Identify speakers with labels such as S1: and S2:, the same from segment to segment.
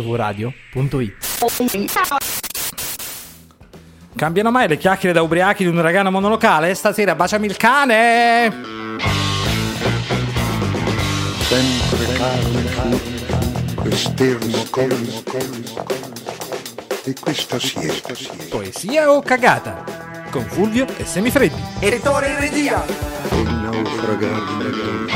S1: mvradio.it
S2: Cambiano mai le chiacchiere da ubriachi di un uragano monolocale? Stasera baciami il cane!
S3: sempre calmo, esterno colmo, e questa siesta,
S2: Poesia o cagata? Con Fulvio e Semifreddi.
S3: e naufragarmi dolce,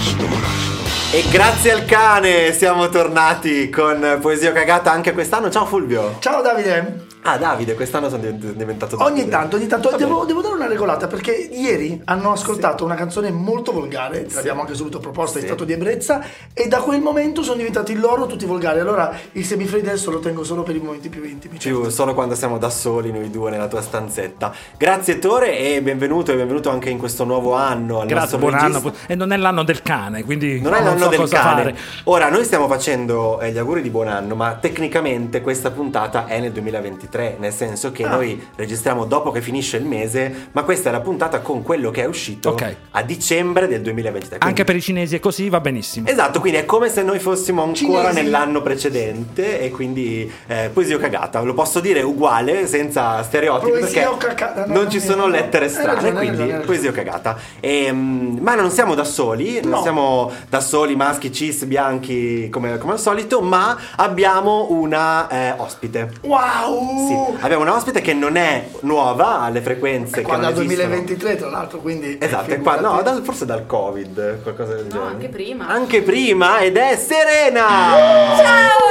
S3: storace,
S4: E grazie al cane siamo tornati con Poesia Cagata anche quest'anno. Ciao Fulvio.
S5: Ciao Davide,
S4: Ah Davide, quest'anno sono divent- diventato Davide.
S5: ogni tanto, ogni tanto
S4: Va bene.
S5: devo, devo dare una regolata perché ieri hanno ascoltato una canzone molto volgare, te l'abbiamo anche subito proposta in stato di ebbrezza e da quel momento sono diventati loro tutti volgari, allora il semifreddo adesso lo tengo solo per i momenti più intimi. cioè.
S4: Più solo quando siamo da soli noi due nella tua stanzetta. Grazie Tore e benvenuto e benvenuto anche in questo nuovo anno al
S2: Grazie,
S4: nostro
S2: buon
S4: regista.
S2: anno. E non è l'anno del cane, quindi
S4: Non è l'anno
S2: so
S4: del
S2: cosa
S4: cane.
S2: fare.
S4: Ora, noi stiamo facendo eh, gli auguri di buon anno, ma tecnicamente questa puntata è nel 2023, nel senso che noi registriamo dopo che finisce il mese, ma questa è la puntata con quello che è uscito
S2: Ok.
S4: a dicembre del 2023. Quindi-
S2: Anche per i cinesi è così, va benissimo.
S4: Esatto, quindi è come se noi fossimo ancora
S5: Cinesi.
S4: nell'anno precedente e quindi eh, poesia o cagata, lo posso dire uguale senza stereotipi perché
S5: Poesia o cacata, no,
S4: non
S5: no,
S4: ci
S5: no,
S4: sono
S5: no.
S4: lettere
S5: Hai
S4: strane,
S5: ragione, hai
S4: quindi
S5: ragione, hai ragione.
S4: poesia o cagata. Ehm, ma non siamo da soli, non
S5: No.
S4: siamo da soli maschi, cis, bianchi come, come al solito, ma abbiamo una eh, ospite.
S5: Wow!
S4: Sì, abbiamo una ospite che non è nuova alle frequenze
S5: Uh. È qua
S4: che
S5: dal
S4: non esistono.
S5: 2023 tra l'altro, quindi...
S4: Esatto, è qua,
S5: figurati.
S4: no, dal- forse dal Covid, qualcosa del genere.
S6: anche prima.
S4: Anche prima ed è Serena!
S6: Ciao!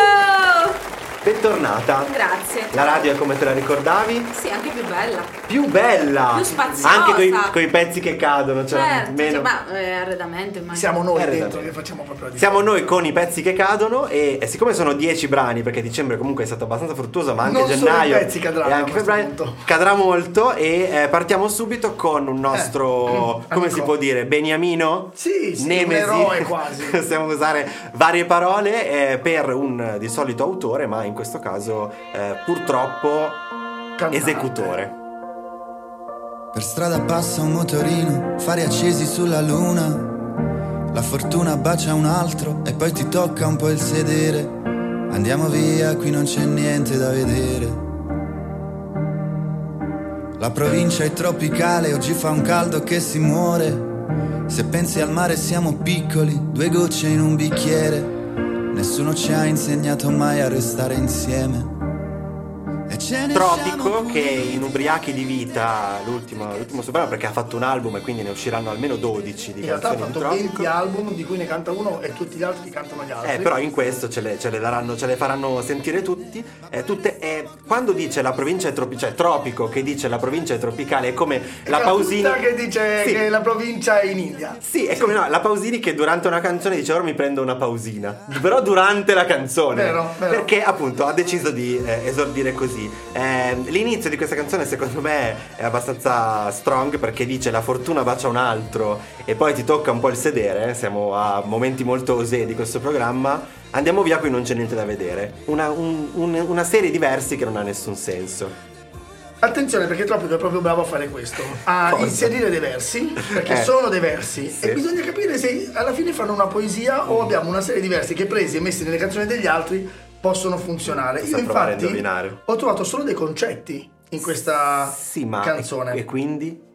S4: Bentornata.
S6: Grazie.
S4: La radio è come te la ricordavi?
S6: Sì, anche più bella.
S4: Più bella!
S6: Più spaziosa.
S4: Anche coi, coi pezzi che cadono, cioè
S6: certo,
S4: meno-
S6: sì, ma eh, arredamento immagino.
S5: Siamo noi
S4: Eh,
S5: dentro
S4: davvero.
S5: che facciamo proprio la differenza.
S4: Siamo noi con i pezzi che cadono e, e siccome sono 10 brani, perché dicembre comunque è stato abbastanza fruttuoso, ma anche
S5: Non solo
S4: gennaio
S5: i pezzi cadranno
S4: e anche
S5: a questo
S4: febbraio
S5: punto.
S4: cadrà molto e eh, partiamo subito con un nostro,
S5: Eh,
S4: come
S5: amico.
S4: si può dire, Beniamino?
S5: Sì, sì, un
S4: Nemesi.
S5: eroe quasi.
S4: Possiamo usare varie parole eh, per un eh, di solito autore, ma in questo caso eh, purtroppo
S5: Cantante.
S4: esecutore.
S7: Per strada passa un motorino, fari accesi sulla luna. La fortuna bacia un altro e poi ti tocca un po' il sedere. Andiamo via, qui non c'è niente da vedere. La provincia è tropicale, oggi fa un caldo che si muore. Se pensi al mare siamo piccoli, due gocce in un bicchiere. Nessuno ci ha insegnato mai a restare insieme. E ce ne siamo
S4: Tropico
S7: pure
S4: che in Ubriachi di Vita, l'ultimo, l'ultimo suo brano, perché ha fatto un album e quindi ne usciranno almeno 12 di
S5: In realtà ha
S4: canzoni di
S5: fatto
S4: Tropico.
S5: 20 album di cui ne canta uno e tutti gli altri cantano gli altri.
S4: Eh, però in questo ce le, ce le daranno, ce le faranno sentire tutti. eh, tutte, eh, quando dice la provincia è tropicale, cioè Tropico che dice la provincia è tropicale, è come la
S5: C'è
S4: Pausini.
S5: tutta che dice
S4: Sì.
S5: che la provincia è in India.
S4: Sì, è come no, la Pausini che durante una canzone dice ora mi prendo una pausina. Però durante la canzone.
S5: Vero, vero.
S4: Perché appunto ha deciso di eh, esordire così. Eh, l'inizio di questa canzone secondo me è abbastanza strong perché dice la fortuna bacia un altro e poi ti tocca un po' il sedere. eh, Siamo a momenti molto osè di questo programma. Andiamo via, qui non c'è niente da vedere. Una, un- un- una serie di versi che non ha nessun senso.
S5: Attenzione perché Tropico è proprio bravo a fare questo, a
S4: Cosa?
S5: inserire dei versi, perché
S4: Eh.
S5: sono dei versi
S4: Sì. Mm.
S5: e bisogna capire se alla fine fanno una poesia o abbiamo una serie di versi che presi e messi nelle canzoni degli altri possono funzionare.
S4: Sta
S5: Io
S4: provare a
S5: infatti
S4: indovinare.
S5: ho trovato solo dei concetti in questa
S4: Sì, ma.
S5: canzone.
S4: E, e quindi?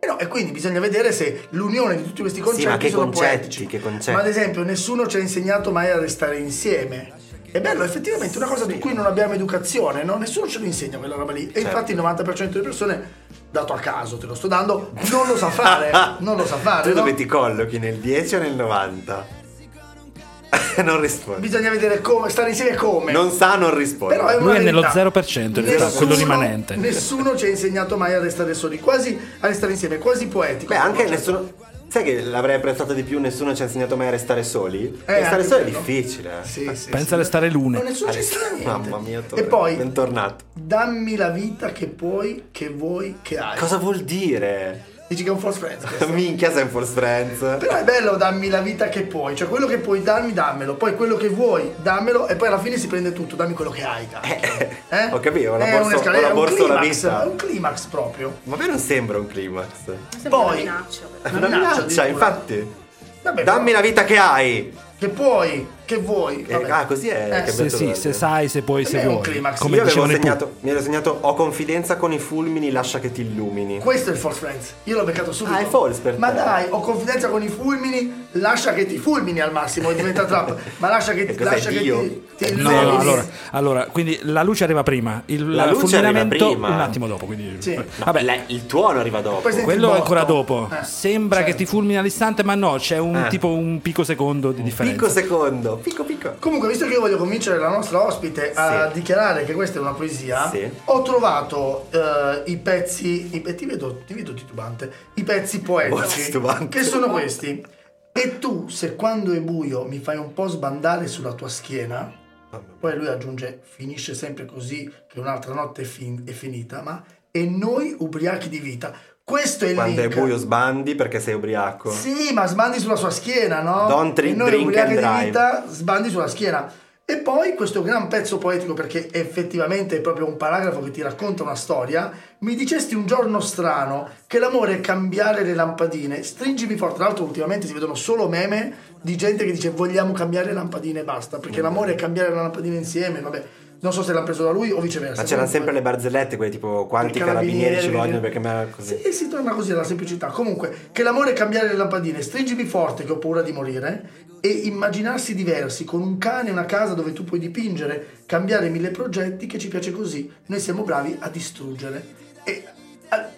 S5: Eh no, E, quindi bisogna vedere se l'unione di tutti questi concetti
S4: ma che
S5: sono
S4: concetti,
S5: poetici.
S4: che concetti?
S5: Ma ad esempio nessuno ci ha insegnato mai a restare insieme. È bello, effettivamente una cosa
S4: Sì. Certo.
S5: di cui non abbiamo educazione, no? Nessuno ce lo insegna quella roba lì. E infatti il 90% delle persone, dato a caso, te lo sto dando, non lo sa fare. non lo sa fare.
S4: Tu
S5: no?
S4: dove ti collochi? Nel 10 o nel 90? non rispondi.
S5: Bisogna vedere come stare insieme come.
S4: Non sa, non rispondi.
S5: Però è una
S2: Lui è nello
S5: verità.
S2: 0% in realtà,
S5: Nessuno-
S2: quello rimanente.
S5: Nessuno ci ha insegnato mai a restare soli, quasi a restare insieme, quasi poetico.
S4: Beh, anche
S5: Certo.
S4: nessuno. Sai che l'avrei apprezzato di più, nessuno ci ha insegnato mai a restare soli?
S5: Eh,
S4: restare
S5: anche
S4: soli è
S5: quello.
S4: difficile. eh.
S5: Sì, sì,
S2: Pensa
S5: sì.
S2: a restare lune.
S5: No, nessuno ci insegna niente.
S4: Mamma mia, Tore,
S5: E poi,
S4: bentornato.
S5: dammi la vita che puoi, che vuoi, che hai.
S4: Cosa vuol dire?
S5: Dici che è un false friend questo?
S4: Minchia, sei un force friends.
S5: Esatto. Però è bello dammi la vita che puoi, cioè quello che puoi darmi dammelo, poi quello che vuoi dammelo e poi alla fine si prende tutto, dammi quello che hai. cacchio. Eh?
S4: ho capito, una
S5: È
S4: borsa- una
S5: un'escalera, è un
S4: borsa, una
S5: climax,
S4: vita.
S5: È un climax proprio.
S4: Ma a me non sembra un climax.
S6: Sembra
S5: Poi-
S6: una minaccia. però.
S4: Una minaccia,
S5: addirittura.
S4: infatti.
S5: Vabbè,
S4: Dammi
S5: però,
S4: la vita che hai.
S5: che puoi che vuoi.
S4: Eh,
S5: Vabbè.
S4: ah, così è cambiato
S2: Se, sì,
S4: l'ordine.
S2: se sai, se puoi, se
S5: Per me è un
S2: vuoi.
S5: climax.
S2: Come
S4: Io avevo
S2: dicevano i Pooh.
S4: segnato, mi ero segnato ho confidenza con i fulmini, lascia che ti illumini.
S5: Questo è il false friends. Io l'ho beccato subito.
S4: Ah, è false per
S5: Ma
S4: te.
S5: dai, ho confidenza con i fulmini, lascia che ti fulmini al massimo e diventa trap. Ma lascia che,
S4: E
S5: ti
S4: cos'è,
S5: lascia che
S4: Dio?
S5: ti, ti
S2: Eh, No,
S5: illumini.
S2: no, allora, allora, quindi la luce arriva prima, il
S4: La luce
S2: fulminamento
S4: arriva prima.
S2: un attimo dopo. Quindi,
S5: Sì.
S2: Vabbè,
S4: La- il tuono arriva dopo.
S5: Poi senti
S2: quello
S5: il
S2: è
S5: botto.
S2: ancora dopo.
S5: Eh,
S2: Sembra
S5: certo.
S2: che ti fulmini all'istante, ma no, c'è un
S4: Eh.
S2: tipo un picco secondo di differenza.
S4: Picco secondo, picco picco.
S5: Comunque, visto che io voglio convincere la nostra ospite a
S4: Ecco. Sì.
S5: dichiarare che questa è una poesia,
S4: Sì.
S5: ho trovato eh, i pezzi. i pe- ti, vedo, ti vedo titubante. I pezzi
S4: Oh,
S5: poetici.
S4: titubante.
S5: che sono questi. E tu, se quando è buio mi fai un po' sbandare sulla tua schiena, poi lui aggiunge: finisce sempre così che un'altra notte è, fin- è finita, ma e noi ubriachi di vita. Questo è il
S4: Quando è
S5: link.
S4: buio sbandi perché sei ubriaco.
S5: Sì, ma sbandi sulla sua schiena, no?
S4: Don't drink-
S5: E noi
S4: drink
S5: ubriachi
S4: and drive.
S5: di vita, sbandi sulla schiena. E poi questo gran pezzo poetico, perché effettivamente è proprio un paragrafo che ti racconta una storia, mi dicesti un giorno strano che l'amore è cambiare le lampadine, stringimi forte, tra l'altro ultimamente si vedono solo meme di gente che dice vogliamo cambiare le lampadine e basta,
S4: Mm.
S5: perché l'amore è cambiare le lampadine insieme, vabbè, non so se l'hanno preso da lui o
S4: Ma
S5: viceversa.
S4: c'erano
S5: Comunque-
S4: sempre le barzellette, quelle tipo quanti
S5: i
S4: carabinieri ci vogliono perché me la- così.
S5: Sì, si torna così alla semplicità. Comunque, che l'amore è cambiare le lampadine, stringimi forte che ho paura di morire e immaginarsi diversi con un cane e una casa dove tu puoi dipingere, cambiare mille progetti che ci piace così. Noi siamo bravi a distruggere. E eh,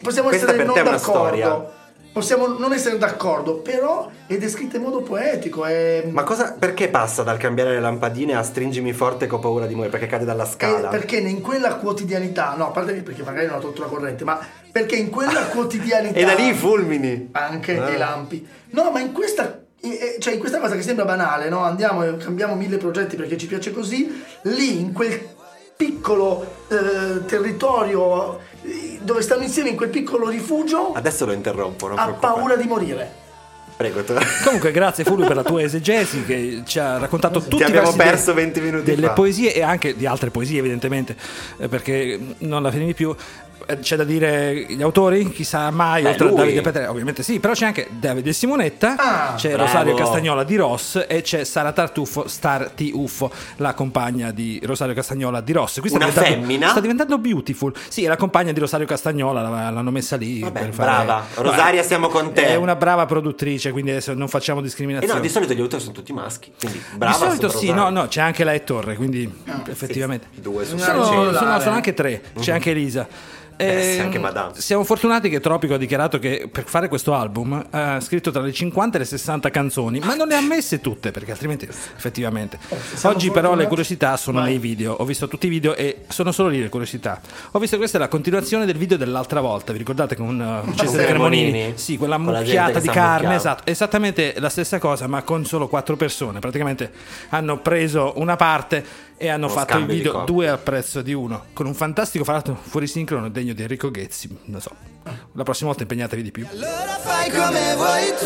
S5: possiamo
S4: Questa
S5: essere
S4: per
S5: non
S4: te è una
S5: d'accordo.
S4: storia.
S5: Possiamo non essere d'accordo, però è descritta in modo poetico, è
S4: Ma cosa, perché passa dal cambiare le lampadine a stringimi forte che ho paura di morire? Perché cade dalla
S5: Eh,
S4: scala.
S5: perché in quella quotidianità, no, a parte che perché magari non ho tolto la corrente, ma perché in quella quotidianità
S4: E da lì i fulmini.
S5: anche
S4: Ah.
S5: dei lampi. No, ma in questa, eh, cioè in questa cosa che sembra banale, no? Andiamo e cambiamo mille progetti perché ci piace così, lì in quel piccolo eh, territorio eh, dove stanno insieme in quel piccolo rifugio
S4: Adesso lo interrompo, non
S5: ha
S4: preoccupare.
S5: paura di morire.
S4: Prego, tu.
S2: Comunque, grazie Fulvio per la tua esegesi che ci ha raccontato tutti i
S4: abbiamo
S2: versi de-
S4: perso 20 minuti
S2: delle
S4: fa.
S2: poesie e anche di altre poesie, evidentemente, eh, perché non la finivi più. Eh, C'è da dire gli autori, chissà mai,
S4: Beh,
S2: oltre a
S4: lui.
S2: Davide Petre, ovviamente sì, però c'è anche Davide Simonetta,
S5: Ah,
S2: c'è
S4: bravo.
S2: Rosario Castagnola di Ross e c'è Sara Tartufo, Star T Uffo, la compagna di Rosario Castagnola di Ross. Questa
S4: Una
S2: è diventando-
S4: femmina?
S2: Sta diventando beautiful. Sì, è la compagna di Rosario Castagnola, la- l'hanno messa lì.
S4: Vabbè,
S2: per fare-
S4: brava. Rosaria,
S2: Beh,
S4: siamo con te.
S2: È una brava produttrice, quindi adesso non facciamo
S4: E
S2: discriminazione.
S4: Eh no, di solito gli autori sono tutti maschi. Quindi brava.
S2: Di solito
S4: sopra
S2: sì,
S4: Rosario.
S2: no, no, c'è anche la E Torre, quindi
S5: Ah,
S2: effettivamente.
S4: Sì, Due su
S2: Sono,
S5: Sì.
S2: sono-
S4: sei.
S2: sono anche tre, c'è anche Elisa.
S4: Eh, sì,
S2: Ehm,
S4: anche Madame.
S2: Siamo fortunati che Tropico ha dichiarato che per fare questo album ha scritto tra le 50 e le 60 canzoni, ma non le ha messe tutte perché altrimenti effettivamente.
S5: Eh, siamo
S2: Oggi però le
S5: fortunati-
S2: curiosità sono nei video, ho visto tutti i video e sono solo lì le curiosità. Ho visto questa è la continuazione del video dell'altra volta, vi ricordate con eh, Cesare
S4: Cremonini?
S2: Cremonini? Sì, quella
S4: Con la gente
S2: ammucchiata
S4: che
S2: di
S4: si
S2: carne,
S4: ammucchiava.
S2: esatto. Esattamente la stessa cosa, ma con solo quattro persone. Praticamente hanno preso una parte e hanno
S4: Uno
S2: fatto il
S4: scambio di
S2: video
S4: coppie.
S2: due al prezzo di uno. Con un fantastico faratto fuori sincrono degno di Enrico Ghezzi. Non so. La prossima volta impegnatevi di più.
S5: Eh,
S7: Allora fai come vuoi tu.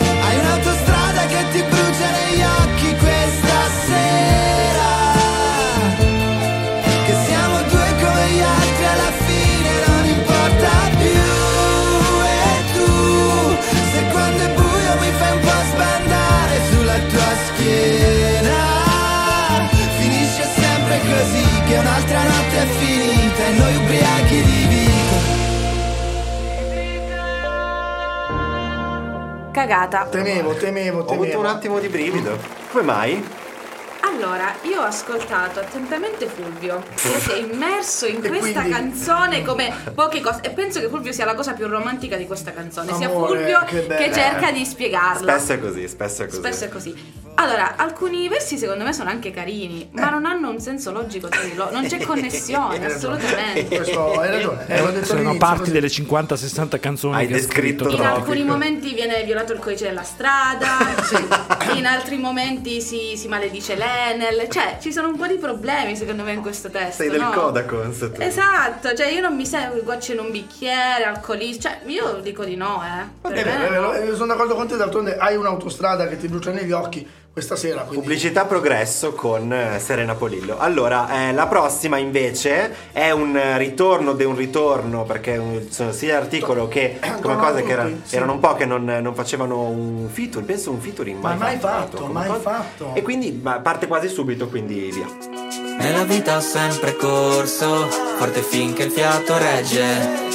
S7: Hai un'autostrada che ti brucia negli occhi questa sera. Che siamo due come gli altri alla fine non importa più. E tu, se quando è buio mi fai un po' sbandare sulla tua schiena. Finisce sempre così che un'altra notte è finita e noi ubriachi di vita.
S6: Cagata.
S5: Temevo, temevo,
S4: Ho avuto
S5: temevo.
S4: un attimo di brivido. Come mai?
S6: Allora, io ho ascoltato attentamente Fulvio, che si è immerso in
S5: E
S6: questa
S5: quindi-
S6: canzone come poche cose. E penso che Fulvio sia la cosa più romantica di questa canzone. sia
S5: Amore,
S6: Fulvio
S5: che
S6: che,
S5: bella.
S6: cerca di spiegarla.
S4: Spesso è così, spesso è così.
S6: Spesso è così. Allora, alcuni versi secondo me sono anche carini, ma non hanno un senso logico tra di loro. Non c'è
S5: Eh. Hai
S6: connessione,
S5: ragione.
S6: assolutamente.
S5: Questo hai ragione. eh, l'ho detto
S2: Sono
S5: all'inizio,
S2: parti
S5: così.
S2: delle 50-60 canzoni
S4: Hai
S2: che ha
S4: descritto
S2: scritto
S6: In
S4: troppo.
S2: Tropico.
S6: alcuni momenti viene violato il codice della strada, in altri momenti si, si maledice l'Enel, cioè ci sono un po' di problemi secondo me in questo testo.
S4: Sei del
S6: no?
S4: Kodakons tu.
S6: Esatto, cioè io non mi sento gocce in un bicchiere, alcolista, cioè io dico di no, eh. Per
S5: Eh,
S6: me
S5: beh,
S6: no.
S5: eh, eh, sono d'accordo con te, d'altronde hai un'autostrada che ti brucia negli occhi, questa sera. Quindi...
S4: Pubblicità progresso con eh, Serena Polillo. Allora, eh, la prossima invece è un eh, ritorno di un ritorno, perché un- sono sia l'articolo che come
S5: Ancora
S4: cosa
S5: uno
S4: che era-
S5: qui, sì.
S4: erano un po' che non, non facevano un featuring, penso un featuring mai,
S5: Ma mai fatto,
S4: come
S5: mai
S4: cosa.
S5: fatto.
S4: E quindi ma parte quasi subito, quindi via.
S1: Nella vita ho sempre corso, forte finché il fiato regge.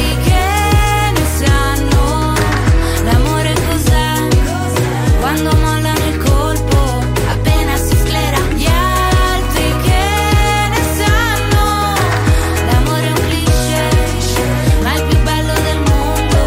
S8: che ne sanno L'amore cos'è? Quando mollano il colpo Appena si sclera Gli altri che ne sanno L'amore è un cliché Ma è il più bello del mondo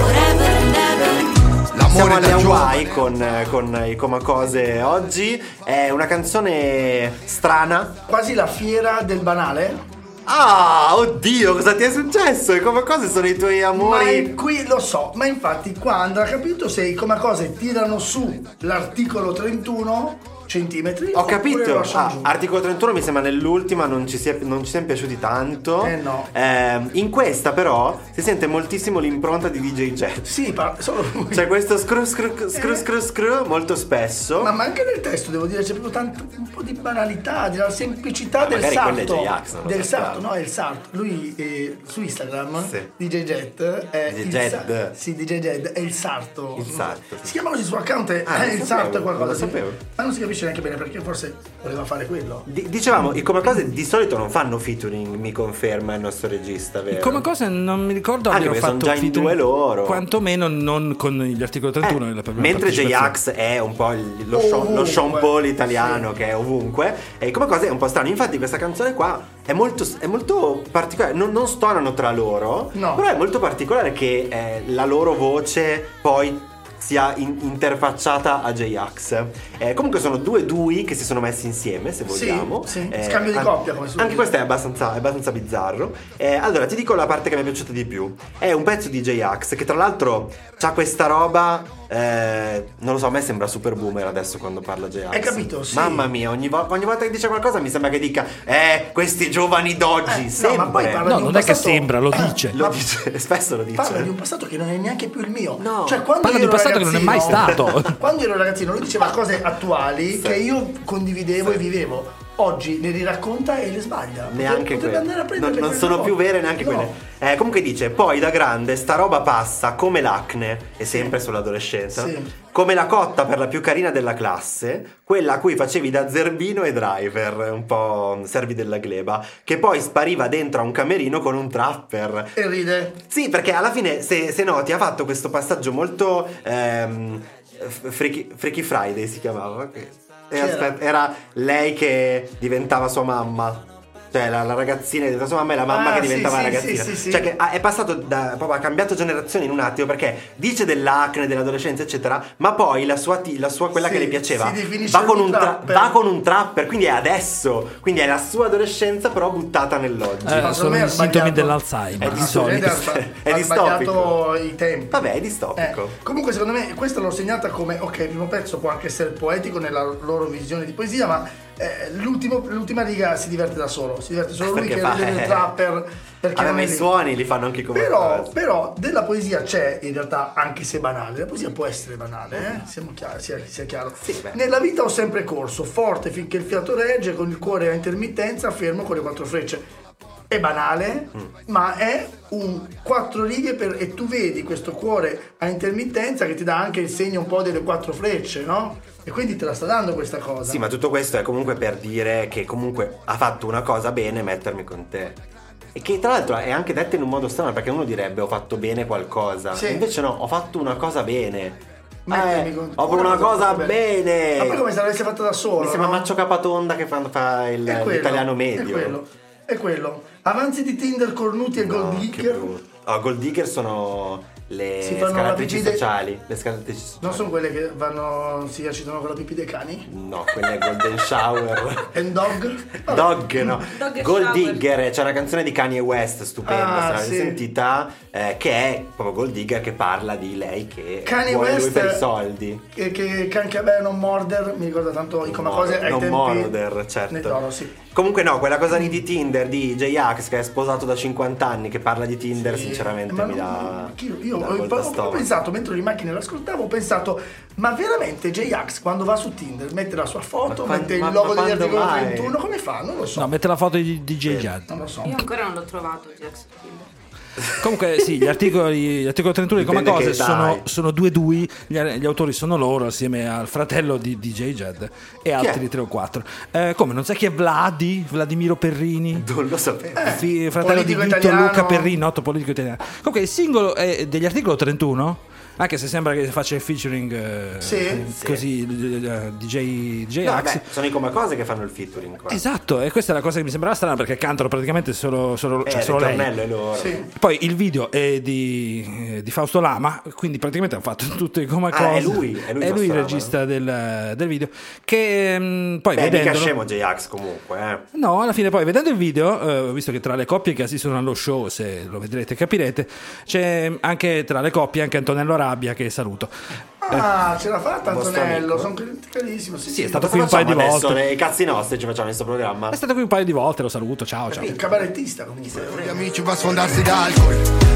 S8: Forever and ever
S4: Siamo alle
S9: da
S4: Hawaii con, eh, con i Comacose oggi. È una canzone strana.
S5: Quasi la fiera del banale.
S4: Ah, oddio, cosa ti è successo? I Comacose sono i tuoi
S5: Ma
S4: amori.
S5: in- qui lo so, ma infatti qua andrà capito se i comacose tirano su l'articolo 31 centimetri.
S4: Ho
S5: oppure lo
S4: capito,
S5: lasciano
S4: Ah,
S5: giù.
S4: articolo 31 mi sembra nell'ultima non ci, sia- non ci siamo piaciuti tanto.
S5: Eh, no.
S4: Ehm, in questa però si sente moltissimo l'impronta di DJ Jet.
S5: Sì, par- solo lui.
S4: C'è questo scru scru scru scru scru molto spesso.
S5: Eh. Ma, ma anche nel testo devo dire c'è proprio tanto, un po' di banalità, della semplicità del
S4: magari
S5: sarto.
S4: quello è J-Ax, non lo
S5: del
S4: sappiamo.
S5: sarto, no, è il sarto. Lui eh, su Instagram,
S4: Sì.
S5: DJ Jet, è
S4: DJ
S5: il
S4: Jet.
S5: sa- sì, DJ Jet è il sarto.
S4: Il sarto, sì.
S5: Si chiama così il suo account, è
S4: Ah,
S5: è
S4: lo
S5: il
S4: sapevo,
S5: sarto è
S4: non lo
S5: qualcosa. sì.
S4: sapevo.
S5: Ma non si capisce neanche bene perché forse voleva fare quello.
S4: Di- dicevamo, i Comacose di solito non fanno featuring, mi conferma il nostro regista, vero?
S2: Come cosa non mi ricordo
S4: Anche
S2: abbiano
S4: perché Ah, sono
S2: fatto
S4: già in
S2: featuring,
S4: due loro.
S2: Quantomeno non con gli articoli
S4: Eh,
S2: 31 nella prima
S4: mentre
S2: partecipazione.
S4: J-Ax è un po' il- lo, Sean, lo Sean
S5: Ovunque.
S4: Paul italiano che è ovunque e come cosa è un po' strano infatti questa canzone qua è molto, è molto particolare non, non stonano tra loro
S5: No.
S4: però è molto particolare che eh, la loro voce poi sia in- interfacciata a J-Ax Eh, comunque sono due dui che si sono messi insieme se
S5: Sì,
S4: vogliamo Eh,
S5: sì. Scambio di
S4: an-
S5: coppia, come si suol
S4: anche
S5: dire.
S4: questo è abbastanza, è abbastanza bizzarro. Eh, allora, ti dico la parte che mi è piaciuta di più. È un pezzo di J-Ax che tra l'altro ha questa roba. eh, non lo so, a me sembra super boomer adesso quando parla J-Ax.
S5: Hai capito? Sì.
S4: Mamma mia, ogni, vo- ogni volta che dice qualcosa mi sembra che dica Eh, questi giovani d'oggi,
S5: Eh, no,
S4: sempre.
S5: ma poi parla-
S2: No,
S5: di
S2: non
S5: un
S2: è che
S5: passato-
S2: sembra, lo dice.
S4: Lo dice, spesso lo dice.
S5: Parla di un passato che non è neanche più il mio.
S4: No.
S5: Cioè, quando
S2: Parla di un
S5: io ero
S2: passato che non è mai
S5: ragazzino-
S2: stato.
S5: quando ero ragazzino, lui diceva cose attuali che io condividevo e vivevo. Oggi le riracconta e le sbaglia. Potre-
S4: neanche
S5: potrebbe
S4: quelle.
S5: andare a
S4: non,
S5: prendere
S4: non sono più vere neanche quelle. Eh, comunque dice, poi da grande sta roba passa come l'acne, e sempre sull'adolescenza,
S5: Sì.
S4: come la cotta per la più carina della classe, quella a cui facevi da zerbino e driver, un po' servi della gleba, che poi spariva dentro a un camerino con un trapper.
S5: E ride.
S4: Sì, perché alla fine, se, se noti, ha fatto questo passaggio molto. Ehm, f- Freaky, Freaky Friday si chiamava. che- e
S5: Chi era?
S4: aspetta, era lei che diventava sua mamma. Cioè, la, la ragazzina che diventava sua mamma e la mamma
S5: Ah,
S4: che
S5: sì,
S4: diventava
S5: sì,
S4: ragazzina.
S5: sì, sì, sì.
S4: Cioè, che ha- è passato da. proprio ha cambiato generazione in un attimo perché dice dell'acne, dell'adolescenza, eccetera. Ma poi la sua, ti- la sua quella
S5: Sì,
S4: che le piaceva
S5: si definisce
S4: va con,
S5: un
S4: un tra-
S5: trapper.
S4: va con un trapper. Quindi è adesso. Quindi è la sua adolescenza, però buttata
S2: Eh,
S4: nell'oggi.
S5: Ma secondo
S2: sono
S5: me
S2: i
S5: ha
S2: sintomi
S5: sbagliato.
S2: dell'Alzheimer.
S4: È
S2: di
S5: Ah,
S2: solito.
S5: ha sba-
S4: È
S5: ha
S4: distopico.
S5: sbagliato i tempi.
S4: Vabbè, è distopico.
S5: Eh, comunque, secondo me, questa l'ho segnata come ok. Il primo pezzo può anche essere poetico nella loro visione di poesia, ma eh, l'ultimo- l'ultima riga si diverte da solo. Si diverte solo lui
S4: Perché
S5: che
S4: fa-
S5: ride nel trapper. Perché
S4: Vabbè,
S5: non
S4: ma
S5: è
S4: i
S5: lì.
S4: suoni li fanno anche come
S5: Però, però della poesia c'è in realtà, anche se banale, la poesia può essere banale, eh? siamo chiari, sia, sia chiaro.
S4: Mm. beh.
S5: Nella vita ho sempre corso, forte finché il fiato regge, con il cuore a intermittenza, fermo con le quattro frecce. È banale,
S4: Mm.
S5: ma è un quattro righe per- e tu vedi questo cuore a intermittenza che ti dà anche il segno un po' delle quattro frecce, no? E quindi te la sta dando questa cosa.
S4: Sì, ma tutto questo è comunque per dire che comunque ha fatto una cosa bene mettermi con te. E che tra l'altro è anche detta in un modo strano perché uno direbbe ho fatto bene qualcosa.
S5: Sì.
S4: Invece no, ho fatto una cosa bene.
S5: Mettermi
S4: Eh,
S5: con-
S4: Ho fatto una cosa bene.
S5: Ma poi come se l'avesse fatta da solo.
S4: Mi sembra
S5: no?
S4: Maccio Capatonda che fa, fa il-
S5: È quello,
S4: l'italiano
S5: È
S4: medio.
S5: quello. È quello. Avanzi di Tinder, cornuti e
S4: No,
S5: gold
S4: che
S5: digger.
S4: brutto. Ah, Gold Digger sono le
S5: Si fanno la
S4: scalatrici
S5: pipì de-
S4: sociali. Le scalatrici sociali.
S5: Non sono quelle che vanno, si agitano con la pipì dei cani?
S4: No, quella è Golden Shower.
S5: And dog? Vabbè.
S4: Dog, no.
S6: Dog e
S4: Gold
S6: shower.
S4: Digger, c'è una canzone di Kanye West stupenda,
S5: Ah,
S4: se l'avete
S5: sì.
S4: sentita, eh, che è proprio Gold Digger che parla di lei che
S5: Kanye
S4: vuole lui
S5: West
S4: per i soldi.
S5: Che, che, che anche a me non morder mi ricorda tanto i come
S4: Non
S5: cose
S4: mor-
S5: ai
S4: non
S5: tempi
S4: morder, certo.
S5: Nel loro, sì.
S4: Comunque no, quella cosa lì di Tinder di J-Ax che è sposato da 50 anni che parla di Tinder,
S5: Sì.
S4: sinceramente
S5: Ma
S4: mi dà
S5: non- chi- io
S4: mi dà
S5: ho,
S4: volta
S5: ho- ho
S4: stomaco.
S5: pensato mentre ero in macchina e l'ascoltavo ho pensato ma veramente J-Ax quando va su Tinder mette la sua foto
S4: Ma quan-
S5: mette
S4: ma-
S5: il logo
S4: ma
S5: degli
S4: quando
S5: articoli
S4: mai?
S5: 31 come fa non lo so
S2: No, mette la foto di DJ Jazz.
S5: non lo so
S6: Io ancora non l'ho trovato, Jackson Kinder.
S2: Comunque, sì, gli articoli, gli articoli 31 di Come
S4: Dipende
S2: Cose
S4: che età
S2: sono,
S4: hai.
S2: sono due dui, gli, gli autori sono loro, assieme al fratello di DJ Jed e altri tre o quattro. Eh, come, non sai chi è Vladi? Vladimiro Perrini?
S4: Non lo sapevo.
S5: Eh,
S2: Fi- fratello di
S5: politico
S2: Vito
S5: italiano.
S2: Luca Perrini, noto politico italiano. Comunque, il singolo è degli articoli 31. Anche se sembra che faccia il featuring eh,
S5: Sì.
S2: così eh, DJ, DJ
S4: No,
S2: Axi.
S4: vabbè, sono i come cose che fanno il featuring qua.
S2: Esatto, e questa è la cosa che mi sembrava strana perché cantano praticamente solo, solo,
S4: Eh,
S2: cioè,
S4: il
S2: solo lei.
S4: ritornello è loro. Eh,
S5: sì.
S2: Poi il video è di, eh, di Fausto Lama, quindi praticamente hanno fatto tutte come
S4: Ah,
S2: cose.
S4: è lui, è lui Fausto
S2: il
S4: Lama,
S2: regista del, del video. Che ehm, poi
S4: Beh, mica
S2: vedendolo-
S4: scemo J-Ax comunque, eh.
S2: No, alla fine poi vedendo il video, eh, ho visto che tra le coppie che assistono allo show, se lo vedrete capirete, c'è anche tra le coppie anche Antonello Rabbia che saluto.
S5: ah ce l'ha fatta
S4: Eh. vostro
S5: Antonello
S4: amico.
S5: sono criticalissimo sì,
S2: Sì, è
S5: sì.
S2: stato
S4: Cosa
S2: qui un paio di
S4: facciamo adesso?
S2: volte.
S4: Le- I cazzi nostri ci facciamo questo programma.
S2: È stato qui un paio di volte, lo saluto, ciao, ciao.
S5: il cabarettista comunque
S9: Gli amici va a sfondarsi d'alcol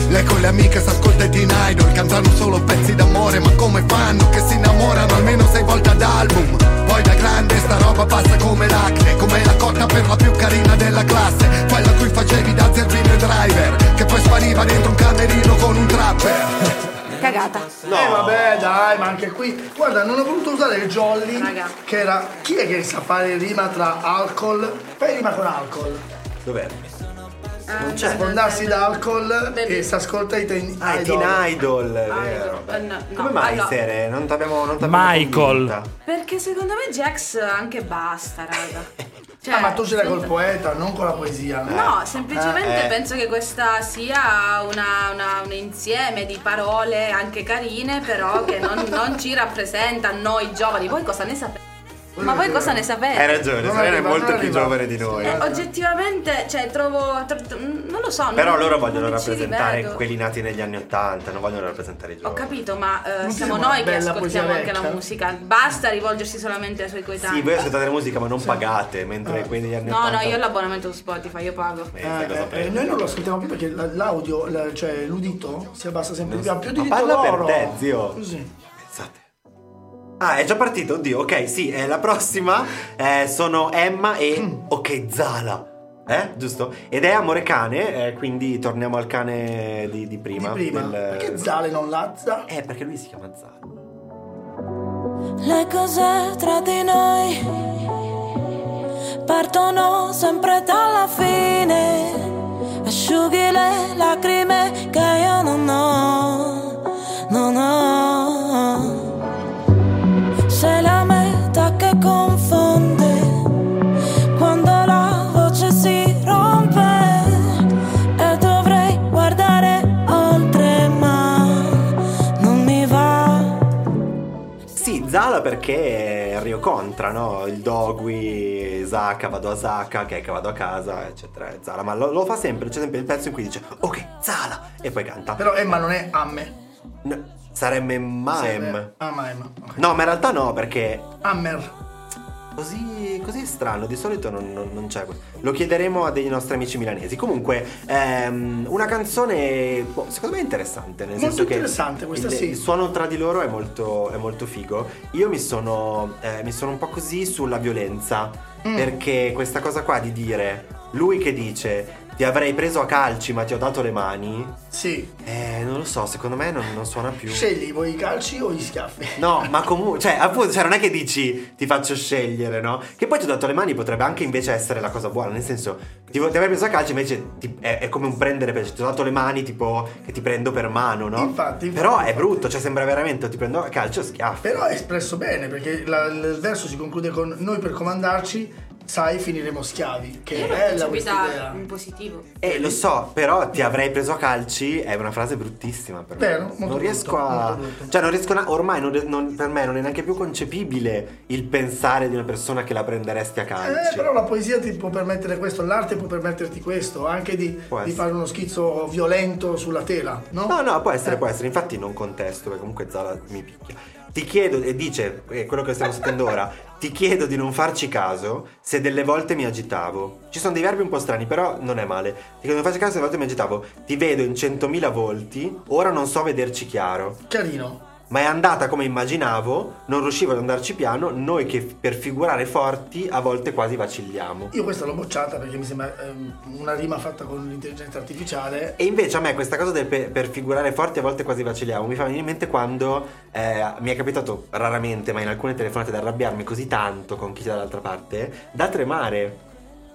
S9: Lei con le amiche s'ascolta e ti idol Cantano solo pezzi d'amore Ma come fanno che si innamorano almeno sei volte ad album Poi da grande sta roba passa come l'acne Come la cotta per la più carina della classe Quella a cui facevi da zerbino e driver Che poi spariva dentro un camerino con un trapper
S6: Cagata.
S4: No,
S5: Eh vabbè dai, ma anche qui. Guarda, non ho voluto usare il Jolly,
S6: Raga.
S5: che era. Chi è che sa fare rima tra alcol? Fai rima con alcol.
S4: dov'è?
S6: Non
S4: c'è.
S5: Fondarsi da alcol
S6: Del-
S5: e si ascolta i ten-
S4: Ah, è
S5: idol.
S4: Teen Idol, vero.
S6: Eh, no, no,
S4: Come mai,
S6: allora-
S4: Sere? Non t'abbiamo non t'abbiamo
S2: Michael.
S4: convinta.
S6: Perché secondo me Jax anche basta, raga. Cioè,
S5: Ah, ma tu ce l'hai
S6: sento-
S5: col poeta, non con la poesia. eh.
S6: No, semplicemente
S4: Eh, eh.
S6: penso che questa sia una- una- un insieme di parole anche carine, però che non, non ci rappresenta noi giovani. Voi cosa ne sapete? Ma voi cosa ne sapete?
S4: Hai ragione,
S5: Non
S4: Serena è
S5: arriva,
S4: molto
S5: non
S4: più
S5: arriva.
S4: giovane di noi.
S6: Eh, oggettivamente, cioè, trovo. tro- tro- non lo so.
S4: Però
S6: non-
S4: loro
S6: non
S4: vogliono
S6: mi ci
S4: rappresentare
S6: rivedo.
S4: quelli nati negli anni Ottanta, non vogliono rappresentare i
S6: Ho
S4: giovani.
S6: capito, ma eh,
S5: Non
S6: siamo
S5: siamo una
S6: noi che
S5: bella
S6: ascoltiamo
S5: poesia
S6: anche la
S5: vecchia?
S6: musica. Basta rivolgersi solamente ai suoi
S4: Sì,
S6: coetanei.
S4: voi ascoltate la musica ma non pagate, mentre quelli degli anni
S6: no,
S4: Ottanta...
S6: no, io ho l'abbonamento su Spotify, io pago.
S4: Eh, sai
S5: Eh,
S4: cosa
S5: eh, eh,
S4: penso.
S5: noi non lo ascoltiamo più perché la- l'audio, la- cioè l'udito, si abbassa sempre di più. Ha più
S4: Ma
S5: diritto
S4: parla per
S5: loro.
S4: te, zio.
S5: Così.
S4: Pensate. Ah, è già partito, oddio, ok, sì, eh, la prossima eh, sono Emma e
S5: Mm.
S4: Ok Zala. Eh, giusto? Ed è Amore Cane, eh, quindi torniamo al cane di, di
S5: Di
S4: prima.
S5: prima.
S4: del-
S5: Perché Zale non Lazza?
S4: Eh, perché lui si chiama Zala.
S8: Le cose tra di noi partono sempre dalla fine. Asciughi le lacrime che io non ho, non ho. Sei la metà che confonde quando la voce si rompe e dovrei guardare oltre, ma non mi va.
S4: Sì, Zala perché è Rio Contra, no? Il Dogui, Zaka, vado a Zaka, che è che vado a casa, eccetera. è Zala, ma lo, lo fa sempre, c'è sempre il pezzo in cui dice Ok, Zala, e poi canta.
S5: Però Emma non è Amme.
S4: No, sarebbe Maem.
S5: Ah, ma Emma. ok.
S4: No, ma in realtà no, perché
S5: Ammer.
S4: Così, così strano, di solito non, non- non c'è questo. Lo chiederemo a dei nostri amici milanesi. Comunque, ehm, una canzone boh, secondo me interessante. Nel
S5: Molto
S4: senso che
S5: interessante questa,
S4: il,
S5: sì.
S4: il suono tra di loro è molto, è molto figo. Io mi sono, eh, mi sono un po' così sulla violenza.
S5: Mm.
S4: Perché questa cosa qua di dire, lui che dice ti avrei preso a calci ma ti ho dato le mani,
S5: Sì.
S4: eh, non lo so, secondo me non, non suona più.
S5: Scegli vuoi i calci o gli schiaffi?
S4: No, ma comunque, cioè, appunto, cioè, non è che dici ti faccio scegliere, no? Che poi ti ho dato le mani, potrebbe anche invece essere la cosa buona, nel senso, ti, vo- ti avrei preso a calcio, invece ti- è, è come un prendere, per, ti ho dato le mani, tipo, che ti prendo per mano, no?
S5: Infatti, infatti,
S4: Però è
S5: infatti.
S4: brutto, cioè, sembra veramente, o ti prendo a calcio o schiaffo.
S5: Però è espresso bene perché la- il verso si conclude con noi per comandarci sai finiremo schiavi. Che
S6: Io l'ho
S5: bella questa
S6: percepita
S5: idea.
S6: in positivo.
S4: Eh, lo so, però ti avrei preso a calci è una frase bruttissima per me.
S5: Vero, molto
S4: non
S5: brutto,
S4: riesco a...
S5: molto brutto.
S4: Cioè, non riesco na- ormai non- non- per me non è neanche più concepibile il pensare di una persona che la prenderesti a calci.
S5: Eh, però la poesia ti può permettere questo, l'arte può permetterti questo, anche di,
S4: Può
S5: di
S4: essere.
S5: fare uno schizzo violento sulla tela, no?
S4: No, no, può essere, può essere. Infatti non contesto, perché comunque Zala mi picchia. Ti chiedo, e dice eh, quello che stiamo sentendo ora, ti chiedo di non farci caso se delle volte mi agitavo. Ci sono dei verbi un po' strani, però non è male. Ti chiedo di non farci caso se delle volte mi agitavo. Ti vedo in centomila volti, ora non so vederci chiaro.
S5: Carino.
S4: Ma è andata come immaginavo, non riuscivo ad andarci piano, noi che per figurare forti a volte quasi vacilliamo.
S5: Io questa l'ho bocciata perché mi sembra ehm, una rima fatta con l'intelligenza artificiale.
S4: E invece a me questa cosa del pe- per figurare forti a volte quasi vacilliamo mi fa venire in mente quando eh, mi è capitato raramente, ma in alcune telefonate da arrabbiarmi così tanto con chi c'è dall'altra parte, da tremare.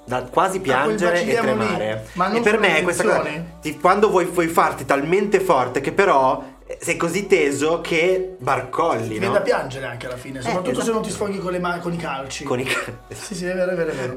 S4: Da quasi piangere e
S5: vacilliamo lì,
S4: tremare.
S5: ma non
S4: e per
S5: per
S4: me è questa cosa.
S5: emozione?
S4: ti- quando vuoi, vuoi farti talmente forte che però eh, sei così teso che barcolli,
S5: Ti
S4: no?
S5: viene da piangere anche alla fine, soprattutto
S4: esatto.
S5: se non ti sfoghi con le mani, con i calci.
S4: Con i c-
S5: Sì, sì, è vero, è vero, è vero.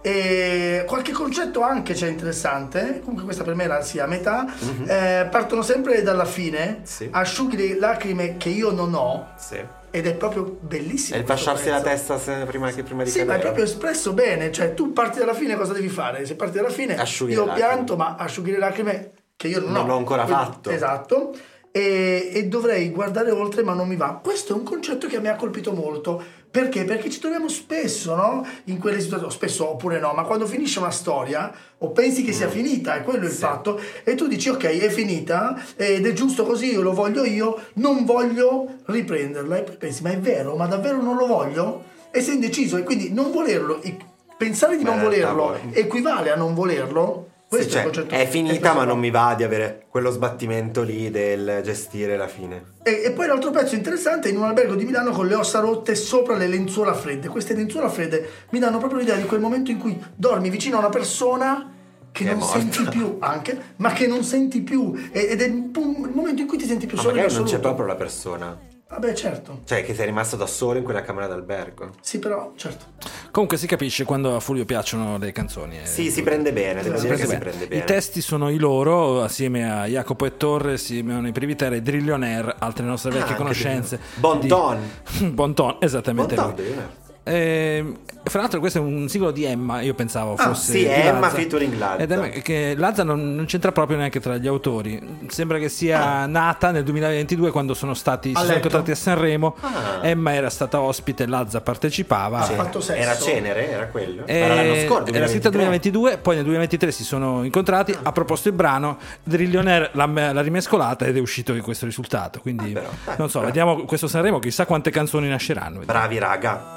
S5: E qualche concetto anche c'è interessante, comunque questa per me era sì, a metà, Eh, partono sempre dalla fine,
S4: Mhm. Sì.
S5: asciughi le lacrime che io non ho,
S4: Sì.
S5: ed è proprio bellissimo.
S4: E il
S5: questo
S4: fasciarsi la
S5: pezzo.
S4: testa se- prima, che prima di
S5: Sì, ma è
S4: cadere.
S5: proprio espresso bene, cioè tu parti dalla fine cosa devi fare? Se parti dalla fine
S4: Asciughi
S5: io
S4: le lacrime.
S5: pianto ma asciughi le lacrime che io non,
S4: Non
S5: ho.
S4: l'ho ancora
S5: Quindi-
S4: fatto.
S5: Esatto. E, e dovrei guardare oltre ma non mi va. Questo è un concetto che mi ha colpito molto. Perché? Perché ci troviamo spesso, no? In quelle situazioni, spesso oppure no, ma quando finisce una storia o pensi che
S4: Mm.
S5: sia finita, è quello il fatto, e tu dici ok, è finita ed è giusto così, io lo voglio io, non voglio riprenderla. E poi pensi, ma è vero, ma davvero non lo voglio? e sei indeciso e quindi non volerlo e pensare di
S4: Beh,
S5: non
S4: in realtà
S5: volerlo
S4: vuoi.
S5: equivale a non volerlo questo
S4: Sì, cioè,
S5: è il concetto
S4: è finita, ma
S5: principale.
S4: non mi va di avere quello sbattimento lì del gestire la fine.
S5: e, e poi l'altro pezzo interessante è in un albergo di Milano con le ossa rotte sopra le lenzuola fredde queste lenzuola fredde mi danno proprio l'idea di quel momento in cui dormi vicino a una persona che
S4: Che è
S5: non
S4: morta.
S5: senti più anche ma che non senti più e- ed è il pu- il momento in cui ti senti più
S4: Ma
S5: solo in
S4: magari non c'è
S5: assoluto.
S4: proprio la persona.
S5: vabbè certo
S4: Cioè, che sei rimasto da solo in quella camera d'albergo.
S5: sì però certo
S2: Comunque si capisce quando a Fulvio piacciono le canzoni. eh.
S4: Sì, si prende bene, devo
S5: Si
S2: Prende
S4: dire che si
S2: bene.
S4: prende bene.
S2: I testi sono i loro, assieme a Jacopo e Torre, Simeone Privitera e Drillionaire, altre nostre
S4: Ah, anche
S2: vecchie conoscenze.
S4: di- Bonton.
S2: Di... Bonton, esattamente.
S4: Bonton,
S2: lui.
S4: Drillionaire.
S2: Ehm, fra l'altro questo è un singolo di Emma, io pensavo fosse...
S4: Ah, sì,
S2: di
S4: è Emma
S2: Lazza.
S4: featuring Lazza.
S2: Ed è che Lazza non, non c'entra proprio neanche tra gli autori. Sembra che
S4: Ah.
S2: sia nata nel 2022 quando sono stati, si sono
S5: letto.
S2: incontrati a Sanremo.
S4: Ah.
S2: Emma era stata ospite, Lazza partecipava.
S5: Ha fatto sesso
S4: Era cenere, era quello?
S2: Ah. Eh,
S4: era l'anno scorso. Ah.
S2: era scritta
S4: 2023.
S2: 2022, poi nel 2023 si sono incontrati, ha proposto il brano, Drillionaire l'ha, l'ha rimescolata ed è uscito di questo risultato. Quindi
S4: Ah, però, eh. dai,
S2: non so,
S4: bravo.
S2: vediamo questo Sanremo, chissà quante canzoni nasceranno. vediamo.
S4: Bravi, raga.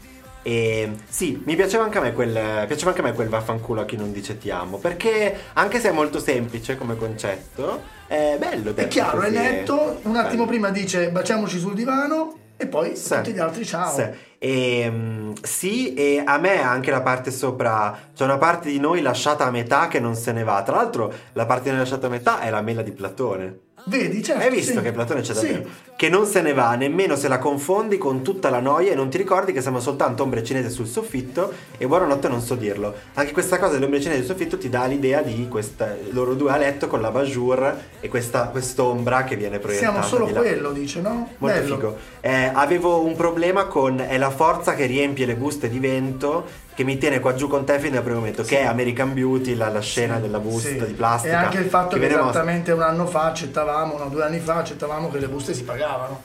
S4: E sì, mi piaceva anche a me quel. Piaceva anche a me quel vaffanculo a chi non dice ti amo. Perché anche se è molto semplice come concetto, è bello.
S5: È
S4: detto
S5: chiaro, è
S4: così,
S5: netto. Un
S4: bello.
S5: attimo prima dice baciamoci sul divano e poi
S4: Sì.
S5: tutti gli altri ciao.
S4: Sì. E, mm, sì, e a me anche la parte sopra, c'è una parte di noi lasciata a metà che non se ne va. Tra l'altro, la parte di noi lasciata a metà è la mela di Platone.
S5: Vedi, certo.
S4: Hai visto
S5: sì.
S4: che Platone c'è davvero?
S5: Sì.
S4: Che non se ne va nemmeno se la confondi con tutta la noia e non ti ricordi che siamo soltanto ombre cinese sul soffitto e buonanotte non so dirlo. Anche questa cosa delle ombre cinese sul soffitto ti dà l'idea di questa, loro due a letto con la bajour e questa, quest'ombra che viene proiettata.
S5: Siamo solo
S4: di là.
S5: quello, dice, no?
S4: Molto
S5: Bello.
S4: figo. Eh, avevo un problema con è la forza che riempie le buste di vento che mi tiene qua giù con te fin dal primo momento, che è American Beauty, la, la scena della busta
S5: Sì.
S4: di plastica.
S5: E anche il fatto che,
S4: viene mostra.
S5: esattamente un anno fa accettavamo, no, due anni fa accettavamo che le buste si pagavano.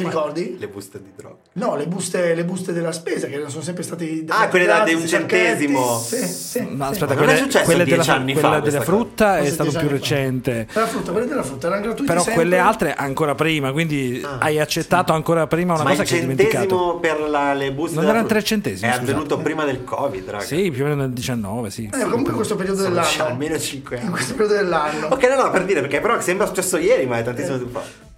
S5: Ti ricordi?
S4: le buste di droga.
S5: No, le buste, le buste della spesa che sono sempre state.
S4: Ah, quelle da-
S5: grazie,
S4: di un
S5: sacchetti.
S4: centesimo.
S5: Sì, sì.
S2: No,
S5: sì.
S2: aspetta,
S4: Ma non
S2: quella,
S4: è successo
S2: quella
S4: dieci
S2: della, fru-
S4: anni fa
S2: quella
S4: questa
S2: della
S4: cosa.
S2: frutta è
S5: Forse
S2: stato
S5: dieci
S2: più
S5: anni fa.
S2: recente.
S5: La frutta, quelle della frutta erano gratuite.
S2: Però
S5: sempre.
S2: quelle altre ancora prima, quindi hai accettato ancora prima una
S4: Ah, Ma
S2: cosa
S4: il
S2: che hai dimenticato.
S4: centesimo per la- le buste
S2: Non
S4: della
S2: erano
S4: frutta
S2: tre centesimi,
S4: È
S2: scusate.
S4: avvenuto prima del Covid, raga.
S2: Sì, più o meno nel 19, sì.
S5: Eh, comunque in questo periodo
S4: Sono
S5: dell'anno.
S4: cioè, almeno 5
S5: In
S4: anni.
S5: questo periodo dell'anno.
S4: Ok, no, no, per dire, perché però sembra successo ieri, ma è tantissimo tempo fa.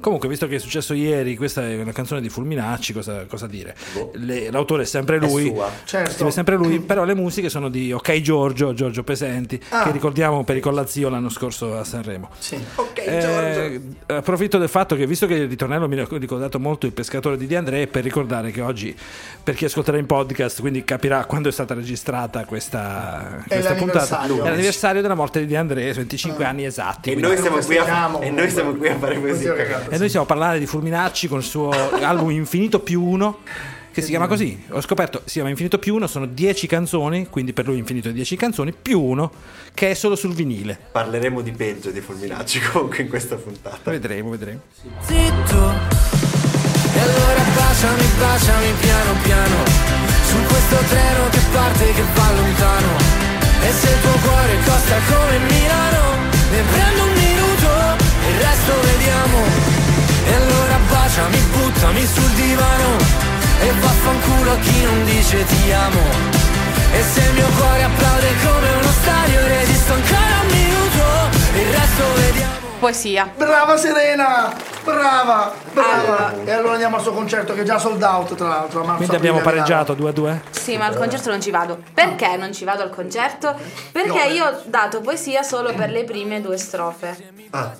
S2: Comunque, visto che è successo ieri, questa è una canzone di Fulminacci, cosa, cosa dire? Le- l'autore è sempre lui,
S4: sua.
S5: Certo.
S2: scrive sempre lui, però le musiche sono di Ok Giorgio, Giorgio Pesenti,
S5: Ah.
S2: che ricordiamo per i Collazio l'anno scorso a Sanremo.
S5: Sì.
S4: Ok, Giorgio.
S2: Eh, approfitto del fatto che, visto che il ritornello mi ha ricordato molto il pescatore di De André, per ricordare che oggi, per chi ascolterà in podcast, quindi capirà quando è stata registrata questa, questa puntata,
S5: l'anniversario.
S2: è l'anniversario della morte di De André, 25 anni esatti.
S4: E
S2: quindi-
S4: noi, siamo qui a,
S5: Festeggiamo,
S4: e noi siamo qui a fare così.
S5: Oddio, cagato.
S2: e noi stiamo parlando di Fulminacci con il suo album Infinito più uno. Che si chiama così, ho scoperto, si chiama Infinito più uno, sono 10 canzoni, quindi per lui Infinito è 10 canzoni, più uno, che è solo sul vinile.
S4: Parleremo di peggio di Fulminacci comunque in questa puntata.
S2: Vedremo, vedremo.
S10: zitto. E allora baciami, baciami piano piano Su questo treno che parte che va lontano E se il tuo cuore costa come Milano Ne prendo un minuto e il resto vediamo E allora baciami, buttami sul divano E vaffanculo a chi non dice ti amo E se il mio cuore applaude come uno stadio Resisto ancora un minuto e il resto vediamo
S6: Poesia.
S5: Brava Serena! Brava! Brava!
S6: Allora.
S5: E allora andiamo al suo concerto che è già sold out, tra l'altro. a marzo,
S2: Quindi abbiamo
S5: aprile, a Milano.
S2: pareggiato 2 a 2?
S6: Sì, ma al concerto non ci vado. Perché non ci vado al concerto? Perché
S5: eh.
S6: io ho dato poesia solo per le prime due strofe.
S4: Ah,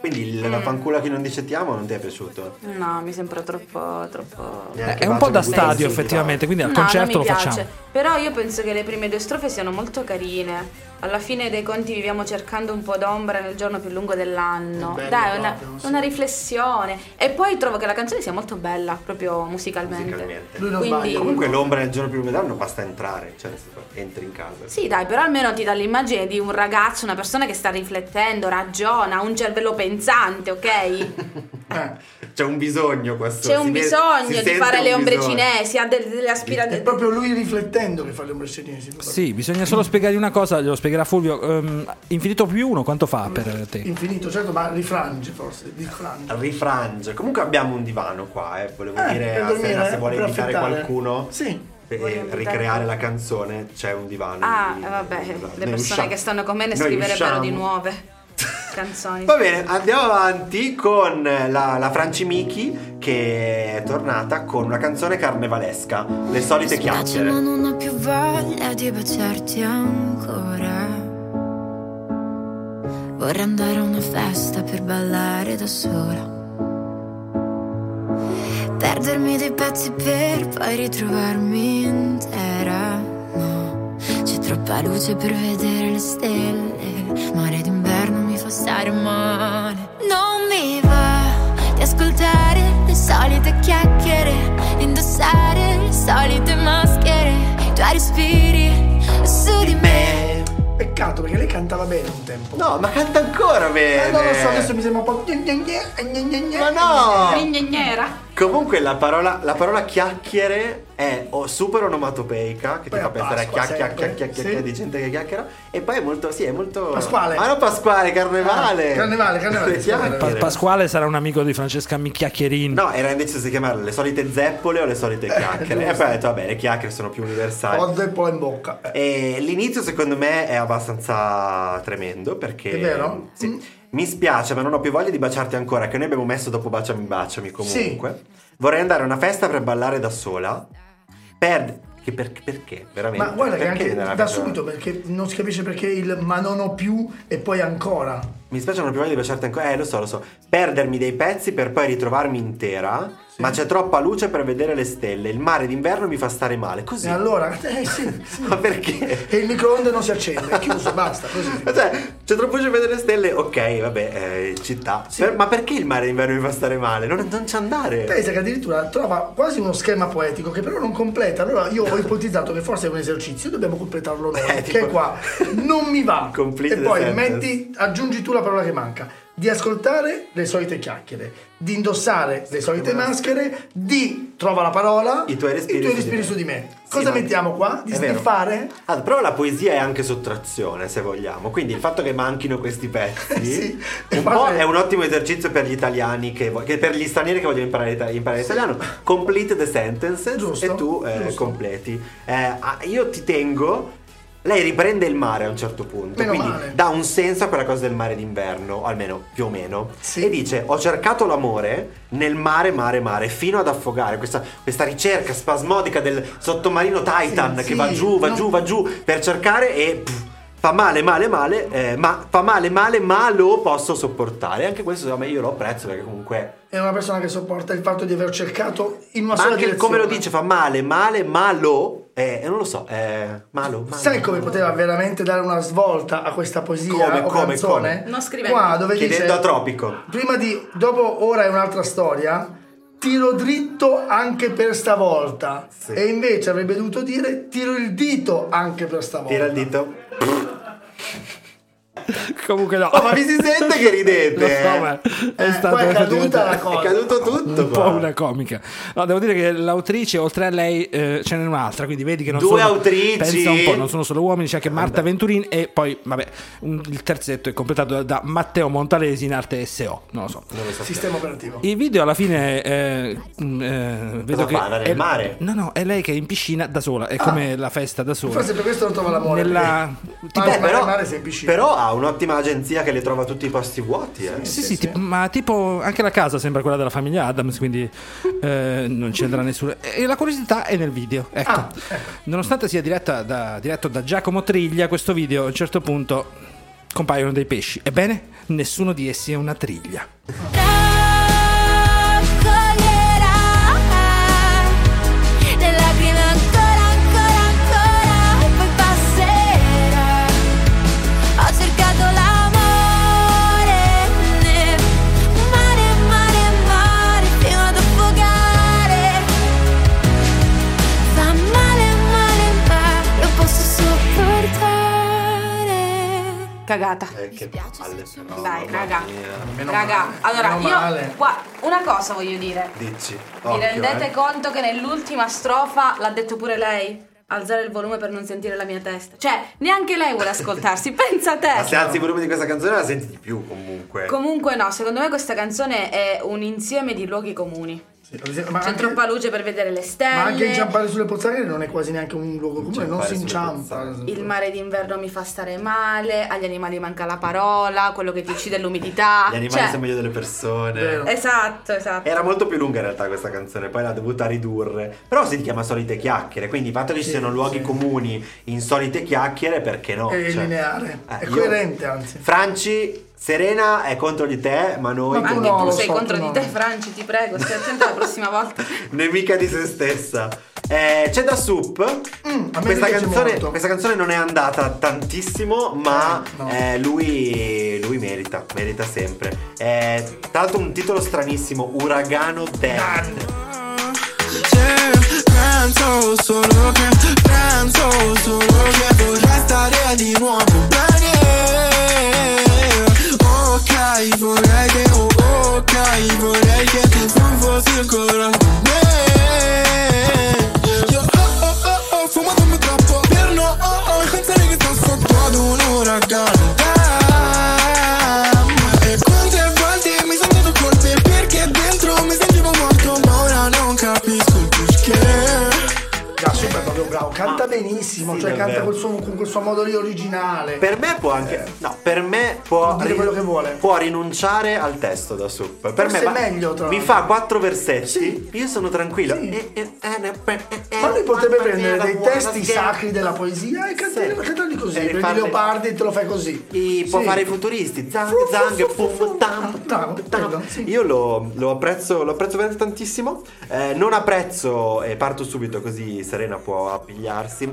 S4: quindi il- la pancula che non dice ti amo non ti è piaciuto?
S6: No, mi sembra troppo, troppo...
S4: Neanche
S2: è un
S4: bacio
S2: po' da
S4: di
S2: stadio
S4: Fulminacci.
S2: effettivamente, quindi al
S6: No,
S2: concerto
S6: non
S2: lo
S6: mi piace.
S2: facciamo.
S6: Però io penso che le prime due strofe siano molto carine. Alla fine dei conti viviamo cercando un po' d'ombra nel giorno più lungo dell'anno.
S5: È bello
S6: Dai, una,
S5: proprio, sì.
S6: una riflessione. E poi trovo che la canzone sia molto bella, proprio musicalmente.
S4: Musicalmente.
S5: Lui non
S6: Quindi-
S5: sbaglia.
S4: Comunque l'ombra nel giorno più lungo dell'anno basta entrare, cioè nel senso, entri in casa.
S6: Sì, dai, però almeno ti dà l'immagine di un ragazzo, una persona che sta riflettendo, ragiona, ha un cervello pensante, ok?
S4: C'è un bisogno qua sotto,
S6: C'è
S4: si
S6: un
S4: vede- si
S6: bisogno di
S4: sente
S6: fare
S4: un
S6: le ombre
S4: bisogno.
S6: cinesi, ha del- delle
S5: Eh, È
S6: aspirazioni.
S5: proprio lui riflettendo che fa le ombre cinesi.
S2: Sì, bisogna solo spiegargli una cosa, glielo spiegherà Fulvio. Ehm, infinito più uno, quanto fa per te?
S5: Infinito, certo, ma rifrange forse. Rifrange.
S4: Rifrange. Comunque abbiamo un divano qua, eh. Volevo
S5: Eh,
S4: dire
S5: per
S4: a
S5: dormire,
S4: Serena se
S5: eh,
S4: vuole
S5: per
S4: invitare
S5: affittare.
S4: qualcuno
S5: Sì.
S4: e
S6: Voglio invitare-
S4: ricreare la canzone, c'è un divano.
S6: Ah,
S4: Quindi-
S6: vabbè, le
S4: Noi
S6: persone
S4: usciamo.
S6: che stanno con me ne
S4: Noi
S6: scriverebbero di
S4: usciamo.
S6: nuove canzoni.
S4: Va bene, andiamo avanti con la, la Franci Michi che è tornata con una canzone carnevalesca, le solite
S8: Piace ma
S4: chiacchiere.
S8: non ho più voglia di baciarti ancora. Vorrei andare a una festa per ballare da sola. Perdermi dei pezzi per poi ritrovarmi intera. No, c'è troppa luce per vedere le stelle. Mare d'inverno mi fa stare male. Non mi va di ascoltare le solite chiacchiere, indossare le solite maschere. I tuoi respiri su di me.
S4: Eh.
S5: Peccato perché lei cantava bene un tempo.
S4: No, ma canta ancora bene.
S5: Eh, non lo so, adesso mi sembra un po'. Gne, gne, gne, gne, gne, gne.
S4: Ma no!
S6: Rignegnera.
S4: Comunque la parola, la parola chiacchiere è o- super onomatopeica, che ti
S5: Poi
S4: fa
S5: a
S4: pensare a
S5: Pasqua
S4: chiacchia,
S5: sempre,
S4: chiacchia,
S5: sì.
S4: chiacchia di gente che chiacchiera. E poi è molto, sì, è molto...
S5: Pasquale.
S4: Ah no, Pasquale, carnevale.
S5: Ah, carnevale, carnevale,
S4: Le
S5: sì,
S4: chiacchiere.
S2: Pa- Pasquale sarà un amico di Francesca Micchiacchierin.
S4: No, era indeciso se chiamarle le solite zeppole o le
S5: Eh,
S4: solite chiacchiere. e poi ha detto, vabbè, le chiacchiere sono più universali.
S5: Ho zeppola in bocca. Eh,
S4: E l'inizio secondo me è abbastanza tremendo perché...
S5: È vero?
S4: Sì.
S5: Mm.
S4: Mi spiace ma non ho più voglia di baciarti ancora che noi abbiamo messo dopo baciami baciami comunque. Vorrei andare a una festa per ballare da sola. Per... Che per- Perché? Veramente?
S5: Ma guarda che
S4: Perché
S5: anche
S4: nella
S5: da
S4: festa-
S5: subito perché non si capisce perché il ma non ho più e poi ancora.
S4: Mi spiace non ho più voglia di baciarti ancora. Eh lo so lo so. Perdermi dei pezzi per poi ritrovarmi intera. Ma c'è troppa luce per vedere le stelle. Il mare d'inverno mi fa stare male. Così.
S5: E allora, eh sì, sì.
S4: Ma perché?
S5: E il microonde non si accende, è chiuso, basta, così.
S4: Cioè, c'è troppo luce per vedere le stelle, ok, vabbè, eh, città. Per- ma perché il mare d'inverno mi fa stare male? Non, non c'è andare.
S5: Pensa che addirittura trova quasi uno schema poetico che però non completa. Allora io ho ipotizzato che forse è un esercizio, dobbiamo completarlo noi.
S4: Eh, tipo-
S5: che è qua non mi va.
S4: Complete
S5: e poi
S4: the sentence.
S5: metti, aggiungi tu la parola che manca. Di ascoltare le solite chiacchiere, di indossare le solite maschere, di trova la parola,
S4: I tuoi respiri su di me.
S5: su di me.
S4: Sì,
S5: Cosa
S4: ma-
S5: mettiamo qua? Di
S4: è vero.
S5: sniffare?
S4: Ah, però la poesia è anche sottrazione, se vogliamo. Quindi il fatto che manchino questi pezzi
S5: Sì.
S4: un
S5: Ma-
S4: po' è un ottimo esercizio per gli italiani che, vo- che per gli stranieri che vogliono imparare, ita- imparare italiano. Complete the sentences
S5: Giusto,
S4: e tu eh,
S5: giusto.
S4: completi. Eh, ah, io ti tengo Lei riprende il mare a un certo punto,
S5: Meno
S4: quindi
S5: male.
S4: dà un senso a quella cosa del mare d'inverno, almeno più o meno,
S5: Sì.
S4: e dice ho cercato l'amore nel mare, mare, mare, fino ad affogare, questa, questa ricerca spasmodica del sottomarino Titan
S5: Sì,
S4: che
S5: sì,
S4: va giù, va
S5: no.
S4: giù, va giù per cercare e... pff, Fa male, male, male, eh, ma fa male, male, ma lo posso sopportare. Anche questo, insomma, io lo apprezzo perché comunque
S5: È una persona che sopporta il fatto di aver cercato in una
S4: ma
S5: sola
S4: anche il- come lo
S5: direzione.
S4: dice fa male, male, malo. Eh, non lo so, eh, malo, malo.
S5: Sai come poteva veramente dare una svolta a questa poesia
S4: Come,
S5: o
S4: come,
S5: canzone?
S4: come?
S6: Non scrivendo.
S5: Qua dove
S4: Chiedendo
S5: dice,
S4: a Tropico.
S5: Prima di dopo ora è un'altra storia. Tiro dritto anche per stavolta.
S4: Sì.
S5: E invece avrebbe dovuto dire tiro il dito anche per stavolta.
S4: Tira il dito.
S2: Comunque no.
S4: Oh, ma vi si sente che
S2: Lo
S4: ridete?
S2: so,
S4: eh?
S2: ma
S5: Eh,
S2: è stata
S5: qua è caduta la
S4: È
S5: cosa.
S4: caduto tutto.
S2: un po'
S4: qua.
S2: una comica. No, devo dire che l'autrice, oltre a lei, eh, ce n'è un'altra. Quindi vedi che non
S4: Due
S2: sono
S4: autrici!
S2: Pensa un po', non sono solo uomini, c'è anche Marta Venturin. E poi, vabbè, un- il terzetto è completato da, da Matteo Montalesi in arte SO. Non lo so.
S5: Sistema operativo.
S2: Il video alla fine eh, mm, eh, vedo
S4: Cosa
S2: che
S4: fa? Va nel
S2: è,
S4: mare?
S2: No, no, è lei che è in piscina da sola, è come la festa da sola.
S5: Forse per questo non trova l'amore.
S2: Nella-
S5: Ti
S4: Beh, Eh, però,
S5: mare sei in piscina.
S4: però ha un'ottima agenzia che le trova tutti i posti vuoti. Eh.
S2: Sì, sì, tipo- ma tipo anche la casa sembra quella della famiglia Adams, quindi eh, non c'entra nessuno. E la curiosità è nel video. Ecco. Nonostante sia diretta da- diretto da Giacomo Triglia, questo video a un certo punto compaiono dei pesci. Ebbene, nessuno di essi è una triglia.
S8: Raccoglierai le lacrime ancora, ancora, ancora e poi passerà. Ho cercato l'amore nel mare, mare, mare fino ad affogare. Fa male, male, ma lo posso sopportare.
S6: Cagata.
S4: Eh, che palle, però,
S6: Dai,
S4: mamma
S6: raga.
S4: mia.
S6: Raga, allora
S5: meno male.
S6: io qua una cosa voglio dire.
S4: Dici.
S6: Vi
S4: occhio,
S6: rendete
S4: eh.
S6: conto che nell'ultima strofa l'ha detto pure lei? Alzare il volume per non sentire la mia testa. Cioè, neanche lei vuole ascoltarsi, pensa a
S4: Ma se
S6: te.
S4: alzi il volume di questa canzone la senti di più comunque.
S6: Comunque no, secondo me questa canzone è un insieme di luoghi comuni.
S5: Sì, ad esempio, ma
S6: C'è
S5: anche-
S6: troppa luce per vedere le stelle.
S5: Ma anche inciampare sulle pozzanghere non è quasi neanche un luogo comune, non
S4: Inciampare
S5: si
S4: sulle
S5: inciampa.
S4: pozzanghere.
S6: Il mare d'inverno mi fa stare male, agli animali manca la parola, quello che ti uccide è l'umidità.
S4: Gli Eh, animali
S6: Cioè,
S4: sono meglio delle persone.
S5: Vero.
S6: Esatto, esatto.
S4: Era molto più lunga in realtà questa canzone, poi l'ha dovuta ridurre. Però si chiama Solite Chiacchiere, quindi il fatto che ci siano luoghi comuni in solite chiacchiere, perché no?
S5: È
S4: Cioè,
S5: lineare,
S4: eh,
S5: è
S4: io-
S5: coerente anzi.
S4: Franci, Serena è contro di te, ma noi
S5: Ma
S6: Ma anche
S5: no,
S6: tu
S5: lo
S6: sei
S5: so,
S6: contro
S5: tu
S6: di
S5: no.
S6: te, Franci, ti prego, stai attenta la prossima volta.
S4: nemica di se stessa. Eh, c'è da Soup.
S5: Mm, a me
S4: questa,
S5: piace
S4: canzone,
S5: molto.
S4: questa canzone non è andata tantissimo, ma
S5: No.
S4: eh, lui, lui merita, merita sempre. Eh, tra l'altro un titolo stranissimo, Uragano
S5: Ah,
S4: Dan.
S10: C'è, penso solo che, penso solo che vorrei stare di nuovo bene Ok, vorrei che, oh, ok, vorrei che tu non fossi ancora con me Io, oh, oh, oh, oh, fumandomi troppo per no, oh, oh, pensare che sto sotto ad un uragano Damn. E quante volte mi sono dato colpe perché dentro mi sentivo morto ma ora non capisco il perché
S5: Gassu è proprio bravo, canta benissimo,
S4: sì,
S5: cioè
S4: davvero.
S5: canta col suo, con quel suo modo lì originale.
S4: Per me può anche. No, per me può.
S5: Può eh. dire quello che vuole.
S4: Può rinunciare al testo da Sup. Per
S5: Forse
S4: me va-
S5: è meglio, tra
S4: Mi
S5: l'altro.
S4: fa quattro versetti.
S5: Sì.
S4: Io sono tranquillo.
S5: Sì.
S4: Eh, eh, eh, ne- eh, eh,
S5: Ma lui
S4: eh,
S5: potrebbe
S4: mamma
S5: prendere
S4: mia,
S5: dei
S4: la buona
S5: testi
S4: schiena.
S5: sacri della poesia e cantare-
S4: Sì.
S5: cantarli così,
S4: E
S5: prendi
S4: rifarli-
S5: leopardi e te lo fai così.
S4: Chi può
S5: Sì.
S4: fare i futuristi zang
S5: Fu, fu,
S4: zang
S5: fu,
S4: pum
S5: fu, fu.
S4: tam,
S5: Tam,
S4: tam, tam.
S5: quello, sì.
S4: io lo, lo apprezzo lo apprezzo veramente tantissimo Eh, non apprezzo e parto subito così Serena può appigliarsi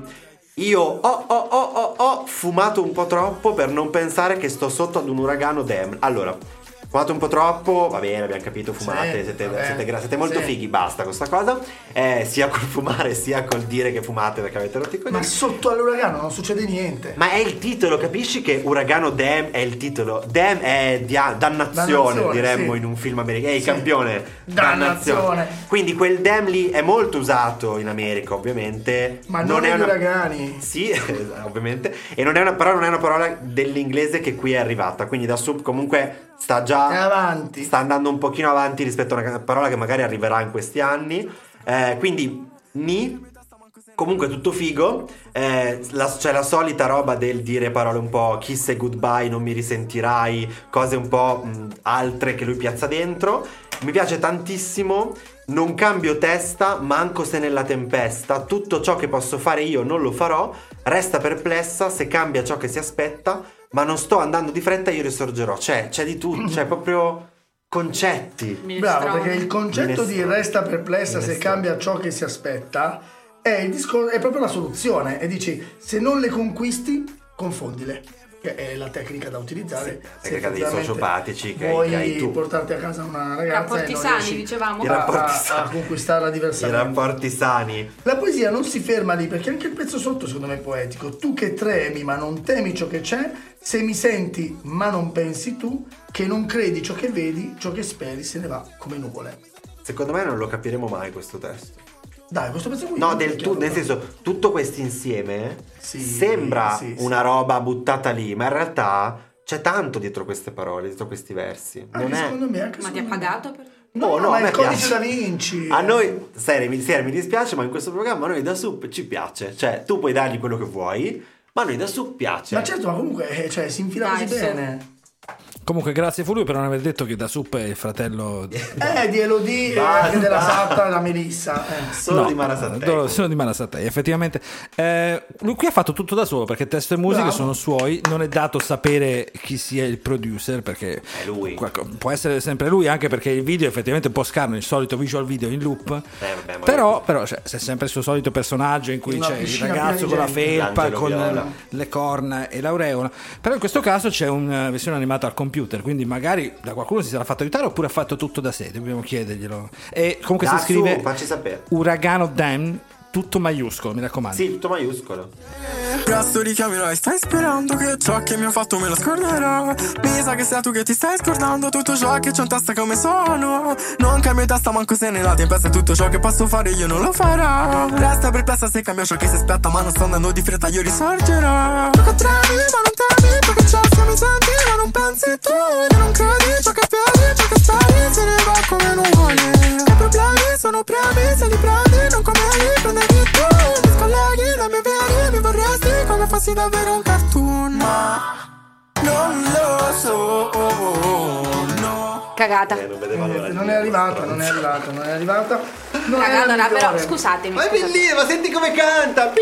S4: io ho, ho, ho, ho, ho fumato un po' troppo per non pensare che sto sotto ad un uragano dem allora Fumate un po' troppo, va bene, abbiamo capito, fumate,
S5: Sì,
S4: siete,
S5: vabbè.
S4: siete gra- siete molto
S5: Sì.
S4: fighi, basta con sta cosa. Eh, sia col fumare sia col dire che fumate perché avete rotto i coglioni.
S5: Ma sotto all'uragano non succede niente.
S4: Ma è il titolo, capisci che Uragano Dam è il titolo? Dam è dia- dannazione,
S5: Dannazione,
S4: diremmo
S5: sì.
S4: in un film americano. Ehi, campione!
S5: Dannazione.
S4: Quindi quel Dam lì è molto usato in America, ovviamente.
S5: Ma non, negli
S4: è una...
S5: uragani.
S4: Sì, eh, ovviamente. E non è una parola, non è una parola dell'inglese che qui è arrivata. Quindi da sub comunque sta già.
S5: È avanti.
S4: Sta andando un pochino avanti rispetto a una parola che magari arriverà in questi anni. Eh, quindi ni Comunque tutto figo, eh, la- c'è la solita roba del dire parole un po' kiss e goodbye, non mi risentirai, cose un po' mh, altre che lui piazza dentro. Mi piace tantissimo, non cambio testa, manco se nella tempesta, tutto ciò che posso fare io non lo farò, resta perplessa se cambia ciò che si aspetta, ma non sto andando di fretta, io risorgerò. C'è, c'è di tutto, c'è proprio concetti.
S5: Bravo,
S6: Minestrone.
S5: perché il concetto di
S4: Minestrone.
S5: resta perplessa se
S4: Minestrone.
S5: cambia ciò che si aspetta è, il discor- è proprio la soluzione. E dici, se non le conquisti, confondile. Che è la tecnica da utilizzare.
S4: la tecnica
S5: se
S4: dei
S5: effettivamente
S4: sociopatici che-
S5: vuoi
S4: che hai tu.
S5: portarti a casa una ragazza
S6: Rapporti
S5: e non
S6: sani,
S5: riesci
S6: dicevamo.
S5: a-
S4: I rapporti
S5: a- a
S4: sani.
S5: conquistarla
S4: I
S5: diversamente.
S4: rapporti sani.
S5: La poesia non si ferma lì perché anche il pezzo sotto secondo me è poetico. Tu che tremi ma non temi ciò che c'è, se mi senti ma non pensi tu, che non credi ciò che vedi, ciò che speri se ne va come nuvole.
S4: Secondo me non lo capiremo mai questo testo.
S5: Dai, questo pezzo qui.
S4: No,
S5: non
S4: del
S5: perché
S4: tu-
S5: non-
S4: nel senso, tutto questo insieme
S5: Sì,
S4: sembra
S5: sì, sì.
S4: una roba buttata lì, ma in realtà c'è tanto dietro queste parole, dietro questi versi.
S5: Anche
S4: non è...
S5: Ah, secondo me, anche
S6: Ma ti
S5: secondo
S6: ha
S5: me.
S6: pagato per...
S5: No,
S4: Oh,
S5: no, ma
S4: a
S5: è
S4: me
S5: il codice
S4: piace.
S5: da Vinci.
S4: A noi, serio, mi, serio, mi dispiace, ma in questo programma a noi da Sup ci piace. Cioè, tu puoi dargli quello che vuoi, ma a noi da Sup piace.
S5: Ma certo, ma comunque eh, cioè, si infila
S6: Dai,
S5: così
S6: su.
S5: bene.
S2: Comunque, grazie Fulvio per non aver detto che da Sup è il fratello.
S5: Eh, di Elodie e anche
S4: Basta.
S5: della Satta e della Melissa. eh.
S4: Solo
S2: No,
S4: di Marasattei.
S2: do- Solo di Malasattei, effettivamente. Eh, lui qui ha fatto tutto da solo perché testo e musica
S5: Bravo.
S2: sono suoi. Non è dato sapere chi sia il producer perché
S4: È lui.
S2: qualco- può essere sempre lui, anche perché il video è effettivamente un po' scarno. Il solito visual video in loop.
S4: Eh, vabbè, ma-
S2: però, però cioè, c'è sempre il suo solito personaggio in cui
S5: Una
S2: c'è il
S5: piscina
S2: ragazzo
S5: piena di
S2: con la
S5: gente.
S2: felpa,
S4: L'angelo
S2: con
S4: viola.
S2: le corna e l'aureola. Però in questo caso c'è eh, una versione animata al computer. Quindi magari da qualcuno si sarà fatto aiutare oppure ha fatto tutto da sé. Dobbiamo chiederglielo. E comunque
S4: Da
S2: si scrive.
S4: Sup, facci sapere.
S2: Uragano Dan, tutto maiuscolo, mi raccomando.
S4: Sì, tutto maiuscolo.
S10: Presto richiamerai, stai sperando che ciò che mi ha fatto me lo scorderò Mi sa che sei tu che ti stai scordando tutto ciò che c'ho in testa come sono Non cambio testa manco se nella tempesta tutto ciò che posso fare io non lo farò Resta perplessa se cambio ciò che si aspetta ma non sto andando di fretta io risorgerò Gioco tremi ma non temi perché ciò che mi senti ma non pensi tu E non credi ciò che vedi ciò che speri se ne va come nuvole Che problemi sono premi se li prendi non come li prendevi tu Mi scolleghi dai miei veri mi vorresti come fossi davvero un cartoon Ma non lo so no
S6: Cagata.
S4: Eh, non vedeva l'ora di
S5: Non è
S4: dirlo,
S5: arrivata,
S4: stronzo.
S5: non è arrivata, non è arrivata. Non è
S6: Cagata, no,
S5: la
S6: però
S5: migliore.
S6: scusatemi.
S4: Ma è
S6: scusate.
S4: bellissimo, senti come canta.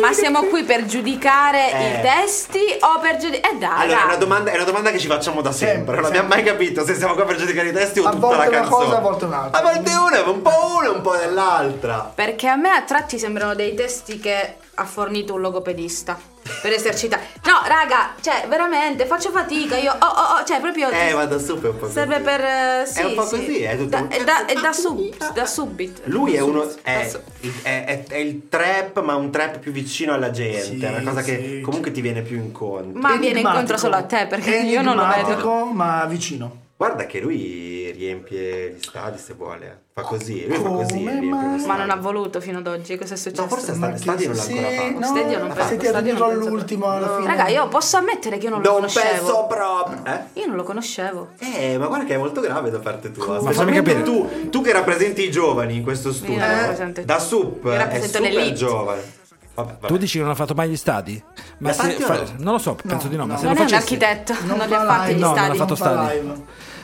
S6: Ma siamo qui per giudicare
S4: Eh.
S6: i testi o per giudicare... Eh dai,
S4: Allora, è
S6: raga.
S4: una, domanda, è una domanda che ci facciamo da sempre.
S5: Sempre,
S4: non abbiamo mai capito se siamo qua per giudicare i testi o
S5: A
S4: tutta
S5: volte
S4: la
S5: una
S4: canzone.
S5: cosa, a volte un'altra.
S4: A volte una, un po' una, un po' dell'altra.
S6: Perché a me a tratti sembrano dei testi che ha fornito un logopedista per esercitare. No, raga, cioè, veramente faccio fatica. Io, oh, oh, oh, cioè, proprio.
S4: Eh, ma da super un po'
S6: serve
S4: così.
S6: per. eh, sì,
S4: È un po'
S6: sì.
S4: così, è tutto
S6: Da,
S4: un
S6: è da, è da,
S4: cazzo.
S6: sub- da subito.
S4: Lui è uno. È,
S6: Adesso-
S4: il- è- è- è il trap, ma un trap più vicino alla gente.
S5: Sì,
S4: è una cosa che
S5: sì.
S4: comunque ti viene più incontro.
S6: Ma viene
S5: Enigmatico.
S6: incontro solo a te perché io non lo vedo.
S5: Enigmatico, ma vicino.
S4: Guarda che lui riempie gli stadi se vuole. Fa così, lui fa
S5: Come
S4: così. riempie
S5: mai?
S4: lo
S6: Ma non ha
S4: stadio.
S6: voluto fino ad oggi. Cosa è successo?
S4: No, forse
S5: Ma
S4: sta-
S5: che-
S4: stadio non l'ha ancora
S5: sì,
S4: fatto.
S5: no,
S6: Stadio non penso,
S5: Se ti arrivi
S6: stadio non penso
S5: all'ultimo alla fine.
S6: Raga, io posso ammettere che io non lo
S4: Non
S6: conoscevo.
S4: penso proprio. Eh?
S6: Io non lo conoscevo.
S4: Eh, ma guarda che è molto grave da parte tua.
S2: Ma
S4: Specialmente
S2: fammi capire.
S4: tu, tu che rappresenti i giovani in questo studio.
S6: non rappresento-
S4: da sup
S6: eh, esatto. io
S4: è
S6: rappresento
S4: super
S6: l'elite.
S4: giovane. Vabbè, vabbè.
S2: Tu dici che non ha fatto mai gli stadi?
S4: Ma tanti o no?
S2: non lo so, penso di no, ma
S5: no.
S2: se
S6: Non
S2: lo
S6: è un
S2: facessi,
S6: architetto, non, li ha
S5: fa
S6: fatti
S5: live.
S6: gli
S2: No, non
S6: stadi.
S2: ha fatto
S5: Non fa
S2: stadio.
S5: live.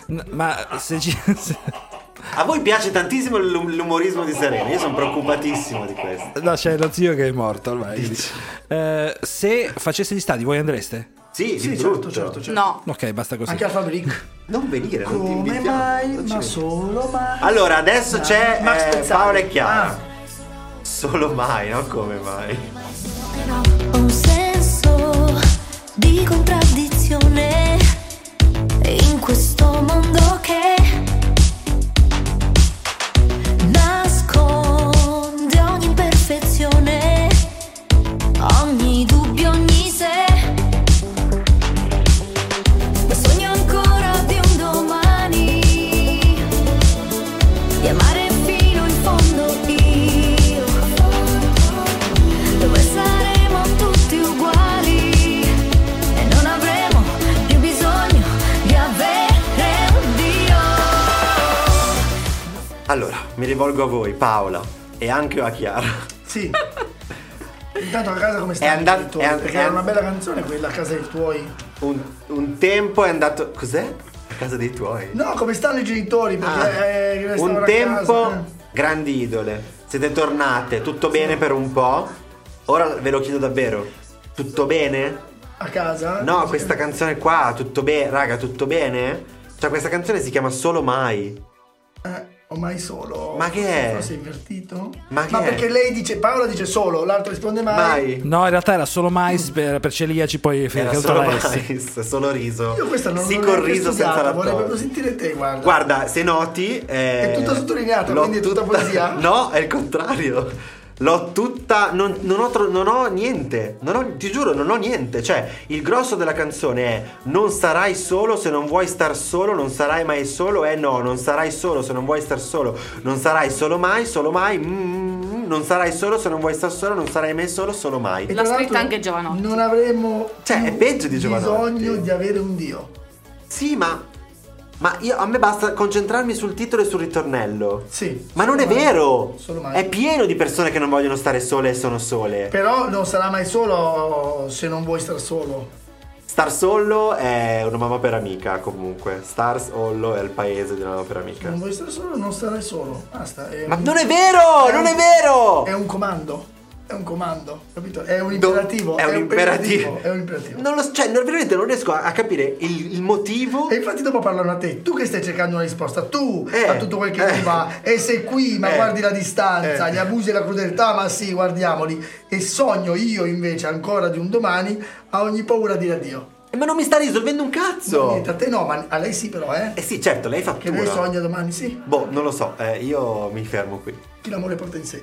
S2: N- ma se ci- se-
S4: A voi piace tantissimo l'um- l'umorismo di Serena. Io sono preoccupatissimo di questo.
S2: no, c'è lo zio che è morto ormai. Eh, se facesse gli stadi, voi andreste?
S4: Sì,
S5: Sì,
S4: di
S5: certo,
S4: brutto.
S5: certo, certo.
S6: No.
S2: Ok, basta così.
S5: Anche al Fabric.
S4: Non venire, non ti
S5: Come
S4: invitiamo.
S5: mai?
S4: non ci
S5: Ma
S4: vedi.
S5: solo mai.
S4: Allora, adesso c'è
S5: Max
S4: eh,
S5: Pezzali.
S4: Paola e Chiara.
S5: Ah.
S4: Solo mai, no? Come mai?
S8: Ho un senso di contraddizione in questo mondo che nasconde ogni imperfezione, ogni dubbio, ogni se. Ma sogno ancora di un domani, di amare fino in fondo io dove saremo tutti uguali e non avremo più bisogno di avere un Dio.
S4: Allora, mi rivolgo a voi, Paola, e anche a Chiara.
S5: Sì. Intanto a casa come stai?
S4: andat-
S5: Vittorio?
S4: è an-
S5: Perché
S4: è
S5: era
S4: an-
S5: una bella canzone quella, a casa dei tuoi.
S4: Un, un tempo è andato. Cos'è? A casa dei tuoi.
S5: No, come stanno i genitori? Perché
S4: Ah,
S5: eh, che restavano
S4: un
S5: a
S4: tempo
S5: casa, eh.
S4: grandi idole. Siete tornate, tutto bene per un po'? Ora ve lo chiedo davvero. Tutto bene?
S5: a casa?
S4: No, questa canzone qua, tutto bene, raga, tutto bene? Cioè, questa canzone si chiama Solo Mai.
S5: Eh, o mai solo.
S4: Ma che è?
S5: Però sei invertito?
S4: Ma che è?
S5: perché lei dice Paola dice solo, l'altro risponde mai.
S4: Mai.
S2: No, in realtà era solo mais per, per celiaci, poi è
S4: Era
S2: finita
S4: solo
S2: la S.
S4: mais, solo riso.
S5: Io questa non
S4: sì,
S5: non l'ho
S4: col
S5: neanche
S4: riso
S5: studiata,
S4: senza
S5: Vorrei proprio
S4: lattosio.
S5: sentire te, guarda.
S4: Guarda, se noti... eh,
S5: È tutta sottolineata,
S4: l'ho
S5: quindi è tutta poesia?
S4: No, è il contrario. L'ho tutta... Non, non ho, tro- non ho niente. Non ho- ti giuro, non ho niente. Cioè, il grosso della canzone è non sarai solo se non vuoi star solo, non sarai mai solo. Eh no, non sarai solo se non vuoi star solo. Non sarai solo mai, solo mai. mm, non sarai solo se non vuoi star solo, non sarai mai solo, solo mai.
S5: E
S6: L'ha
S5: tra
S6: scritta
S5: l'altro
S6: anche Giovanotti.
S5: Non avremmo
S4: Cioè,
S5: più
S4: è peggio di Giovanotti.
S5: bisogno di avere un dio.
S4: Sì, ma. Ma io, a me basta concentrarmi sul titolo e sul ritornello.
S5: Sì.
S4: Ma non è
S5: Solo mai.
S4: vero!
S5: Solo mai.
S4: È pieno di persone che non vogliono stare sole e sono sole.
S5: Però non sarà mai solo se non vuoi star solo.
S4: Star Sollo è una mamma per amica, comunque. Star Sollo è il paese di una mamma per
S5: Se
S4: amica.
S5: non vuoi star solo, non starai solo. Basta.
S4: Certo.
S5: È
S4: Ma
S5: un-
S4: non è vero! Non è vero!
S5: È un comando. È un comando, capito? È un
S4: Do-
S5: imperativo.
S4: È un imperativo.
S5: È un imperativo.
S4: Non lo, cioè, non- veramente non riesco a, a capire il, il motivo.
S5: E infatti dopo parlano a te, tu che stai cercando una risposta, tu
S4: Eh,
S5: a tutto quel che
S4: eh.
S5: ti va, e sei qui ma
S4: Eh,
S5: guardi la distanza,
S4: eh.
S5: gli abusi e la crudeltà, ma sì, guardiamoli. E sogno io invece ancora di un domani a ogni paura di dire addio.
S4: Eh, Ma non mi sta risolvendo un
S5: No,
S4: cazzo!
S5: niente, a te no, ma a lei sì però, eh.
S4: Eh sì, certo, lei fa
S5: Che lei
S4: fattura.
S5: sogna domani, sì.
S4: Boh, non lo so, eh, io mi fermo qui.
S5: Chi l'amore porta in sé.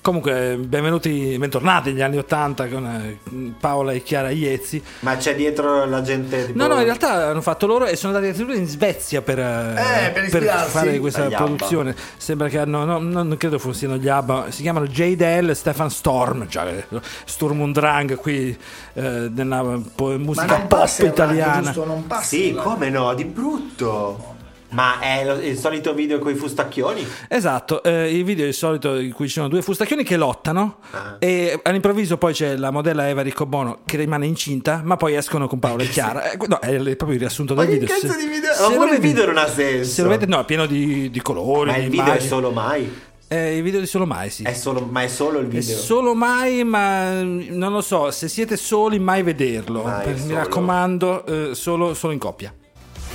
S2: Comunque, benvenuti, bentornati negli anni Ottanta con eh, Paola e Chiara Iezzi.
S4: Ma c'è dietro la gente tipo...
S2: No, no, in realtà hanno fatto loro e sono andati addirittura in Svezia per, eh,
S5: Eh, per ispirarsi.
S2: fare questa
S4: Agli Abba.
S2: produzione. Sembra che hanno, no, no, non credo fossero gli ABBA, si chiamano J.D.L. Stefan Storm, cioè Sturm und Drang qui eh, nella po-
S5: Ma
S2: musica
S5: non
S2: pop
S5: passa italiana.
S2: italiana.
S5: giusto? Non passa.
S4: Ah, Sì, come no, di brutto. Ma è lo- il solito video con i fustacchioni?
S2: Esatto, eh, il video è il solito in cui ci sono due fustacchioni che lottano
S4: Ah.
S2: e all'improvviso poi c'è la modella Eva Riccobono che rimane incinta ma poi escono con Paolo e Chiara. Eh, no, è l- proprio il riassunto
S4: Ma
S2: del
S4: che
S2: video.
S4: cazzo
S2: Se-
S4: di video?
S2: se
S4: Ma
S2: lo
S4: pure il
S2: vedi-
S4: video non ha senso.
S2: Se lo vedete, no, è pieno di, di colori,
S4: Ma
S2: di
S4: il video è
S2: immagini.
S4: solo mai?
S2: Eh, il video di Solo Mai, sì.
S4: È solo, ma è solo il
S2: È
S4: video?
S2: solo mai, ma mm, non lo so, se siete soli mai vederlo.
S4: Mai
S2: Per- mi
S4: solo.
S2: raccomando, eh, solo, solo in coppia.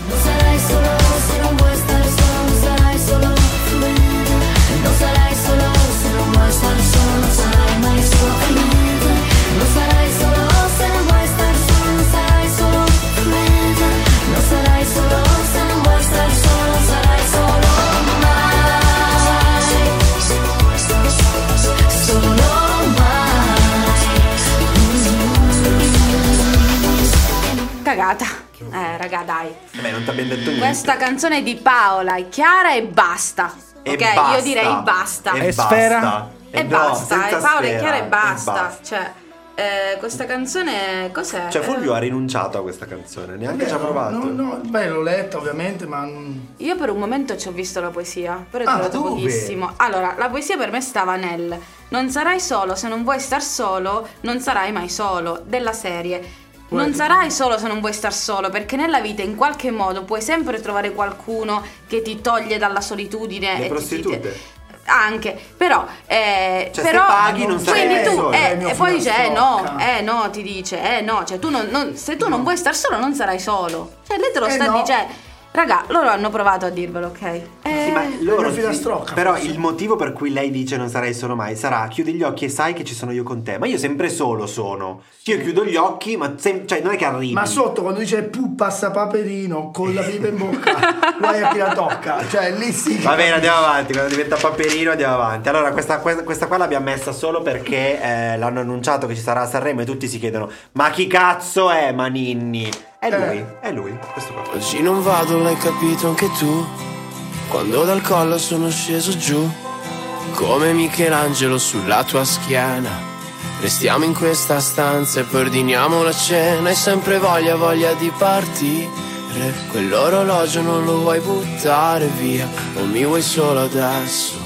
S8: Non sarai solo se non vuoi stare solo, non sarai solo tu e me. Non sarai solo se non vuoi stare solo, non sarai mai solo per me. Non sarai solo se non vuoi stare solo, non sarai solo tu e me. Non sarai solo se non vuoi stare solo, non sarai solo mai. Solo mai.
S6: Cagata. Eh, raga, dai.
S4: Eh Beh, non ti abbiamo detto niente.
S6: Questa canzone è di Paola e Chiara e basta.
S4: E
S6: ok,
S4: basta.
S6: io direi basta.
S4: E
S2: E
S4: basta.
S2: sfera?
S6: E
S4: no,
S6: basta, eh, e
S4: senza
S6: Paola e
S4: sfera,
S6: Chiara e basta.
S4: basta.
S6: Cioè, eh, questa canzone cos'è?
S4: Cioè, Fulvio ha rinunciato a questa canzone, neanche ci ha
S5: Vero?
S4: provato.
S5: No, no, beh, l'ho letta ovviamente, ma non-
S6: Io per un momento ci ho visto la poesia, però è
S5: Ah,
S6: durato
S4: dove?
S6: pochissimo. Allora, la poesia per me stava nel Non sarai solo se non vuoi star solo, non sarai mai solo, della serie. Non sarai solo se non vuoi star solo, perché nella vita in qualche modo puoi sempre trovare qualcuno che ti toglie dalla solitudine.
S4: Le
S6: e ti-
S4: prostitute.
S6: ti- anche, però, eh,
S4: Cioè, se
S6: però
S4: paghi non sarai
S6: quindi
S4: mai
S6: tu,
S4: solo.
S6: eh,
S5: Eh, mio
S6: e poi dice, eh no,
S5: fidanzato.
S6: eh no, ti dice, eh no, cioè tu non, non- se tu non vuoi star solo non sarai solo. Cioè lei te lo
S5: Eh
S6: sta
S5: no.
S6: dicendo. Raga, loro hanno provato a dirvelo, ok? Eh,
S4: Sì, ma loro
S5: una filastrocca,
S4: però
S5: forse.
S4: il motivo per cui lei dice non sarai solo mai sarà chiudi gli occhi e sai che ci sono io con te. Ma io sempre solo sono. Io chiudo gli occhi, ma sem- cioè non è che arrivi.
S5: Ma sotto quando dice pu passa paperino con la pipa in bocca, guai a chi la tocca. Cioè, lì sì. che-
S4: Va bene, andiamo avanti. Quando diventa paperino, andiamo avanti. Allora, questa, questa- questa qua l'abbiamo messa solo perché eh, l'hanno annunciato che ci sarà a Sanremo e tutti si chiedono: Ma chi cazzo è Maninni?
S5: Eh.
S4: È lui, è lui, questo qua.
S11: Oggi non vado, l'hai capito anche tu. Quando dal collo sono sceso giù, come Michelangelo sulla tua schiena. Restiamo in questa stanza e poi ordiniamo la cena. Hai sempre voglia, voglia di partire. Quell'orologio non lo vuoi buttare via, o mi vuoi solo adesso?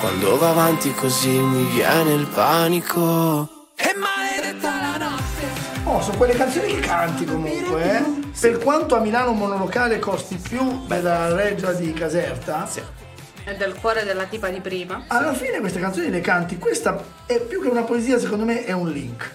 S11: Quando va avanti così mi viene il panico.
S5: E maledetta la notte. Oh, sono quelle canzoni che canti comunque, eh. Per quanto a Milano un monolocale costi più beh, della reggia di Caserta,
S6: È del cuore della tipa di prima.
S5: alla fine queste canzoni le canti. Questa è più che una poesia, secondo me, è un link.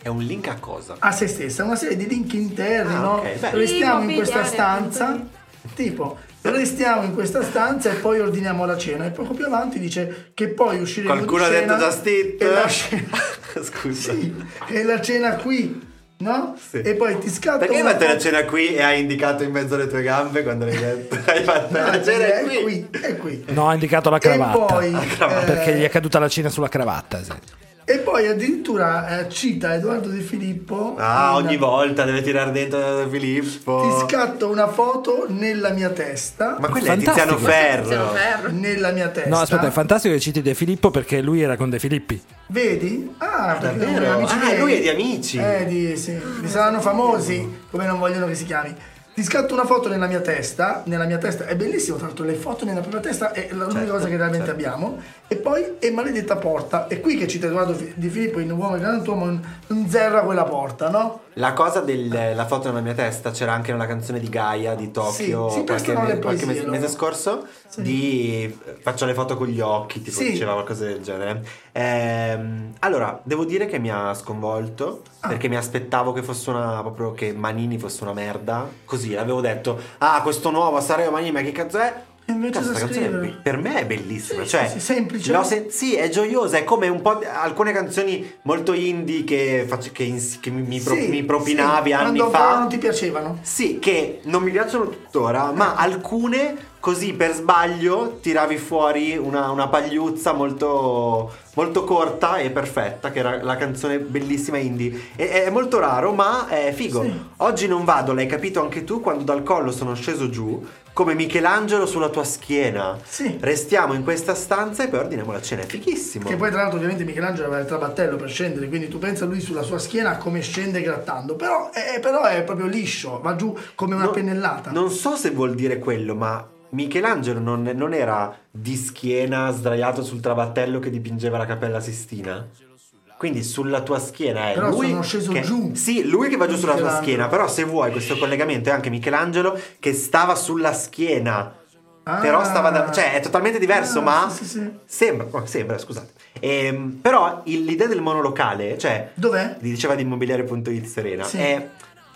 S4: È un link a cosa?
S5: a se stessa, una serie di link interni,
S4: Ah,
S5: no?
S4: ok, beh.
S5: Restiamo in questa
S6: Immobiliare,
S5: stanza,
S6: appunto.
S5: tipo, restiamo in questa stanza e poi ordiniamo la cena. E poco più avanti dice che poi usciremo
S4: Qualcuno ha
S5: di
S4: detto
S5: cena
S4: Just It?
S5: E la, cena,
S4: Scusa.
S5: sì, e la cena qui, no?
S4: Sì.
S5: E poi ti scatta
S4: Perché hai
S5: una
S4: fatto la
S5: foto-
S4: cena qui e hai indicato in mezzo alle tue gambe quando l'hai detto? Hai fatto
S5: No,
S4: la cena
S5: Ah, è
S4: qui.
S5: qui, è qui.
S2: No, ha indicato la cravatta.
S5: poi,
S2: Ah,
S5: eh,
S2: Perché gli è caduta la cina sulla cravatta. sì.
S5: E poi addirittura eh, cita Edoardo Di Filippo.
S4: Ah,
S5: in-
S4: ogni volta deve tirare dentro Filippo.
S5: Ti scatto una foto nella mia testa.
S4: Ma quello è
S2: Fantastico.
S4: Tiziano Ferro.
S6: Tiziano Ferro.
S5: Nella mia testa.
S2: No, aspetta, è fantastico che citi De Filippo perché lui era con De Filippi.
S5: Vedi? Ah, perché
S4: davvero?
S5: erano
S4: Ah,
S5: miei.
S4: lui è di Amici.
S5: Eh, di, sì. Di saranno famosi, come non vogliono che si chiami. Ti scatto una foto nella mia testa, nella mia testa, è bellissimo, tra l'altro le foto nella propria testa è la-
S4: Certo,
S5: l'unica cosa che realmente abbiamo, e poi è maledetta porta, è qui che cita Edoardo Fi- Di Filippo in Uomo e Grande Uomo, non- non zerra quella porta, no?
S4: La cosa della foto nella mia testa c'era anche nella canzone di Gaia di Tokyo
S5: Sì, sì, queste
S4: qualche,
S5: erano le
S4: me- qualche
S5: poesie,
S4: mese,
S5: loro.
S4: mese scorso di eh, faccio le foto con gli occhi, tipo
S5: Sì.
S4: diceva qualcosa del genere. Ehm, allora, devo dire che mi ha sconvolto
S5: Ah.
S4: perché mi aspettavo che fosse una proprio che Manini fosse una merda, così avevo detto "Ah, questo nuovo a Sanremo Manini, ma che cazzo è?"
S5: E invece
S4: Cazzo,
S5: sa
S4: sta canzone è
S5: scrivere.
S4: be- per me è bellissima,
S5: Sì,
S4: cioè
S5: sì, sì, semplice.
S4: l'ho sen- sì, è gioiosa, è come un po' di- alcune canzoni molto indie che, faccio- che ins- che mi, mi pro-
S5: Sì,
S4: mi propinavi
S5: sì,
S4: anni
S5: quando
S4: fa.
S5: però non ti piacevano.
S4: Sì, che non mi piacciono tuttora, ma alcune così per sbaglio tiravi fuori una, una pagliuzza molto, molto corta e perfetta, che era la canzone bellissima indie. E- è molto raro, ma è figo. Oggi non vado, l'hai capito anche tu, quando dal collo sono sceso giù, come Michelangelo sulla tua schiena.
S5: Sì.
S4: Restiamo in questa stanza e poi ordiniamo la cena, è fighissimo.
S5: Che poi tra l'altro ovviamente Michelangelo aveva il trabattello per scendere, quindi tu pensa lui sulla sua schiena come scende grattando, però è, però è proprio liscio, va giù come una
S4: No,
S5: pennellata.
S4: Non so se vuol dire quello, ma Michelangelo non, non era di schiena sdraiato sul trabattello che dipingeva la Cappella Sistina? Quindi sulla tua schiena è
S5: Però
S4: lui
S5: sono sceso
S4: che,
S5: giù.
S4: Sì, lui che va giù sulla tua
S5: Michelangelo.
S4: schiena, però se vuoi questo collegamento è anche Michelangelo che stava sulla schiena.
S5: Ah.
S4: Però stava da- cioè è totalmente diverso,
S5: Ah,
S4: ma
S5: sì, sì, sì.
S4: sembra, oh, sembra, scusate. Ehm, però il- l'idea del monolocale, cioè
S5: Dov'è?
S4: diceva di immobiliare.it Serena.
S5: Sì.
S4: È-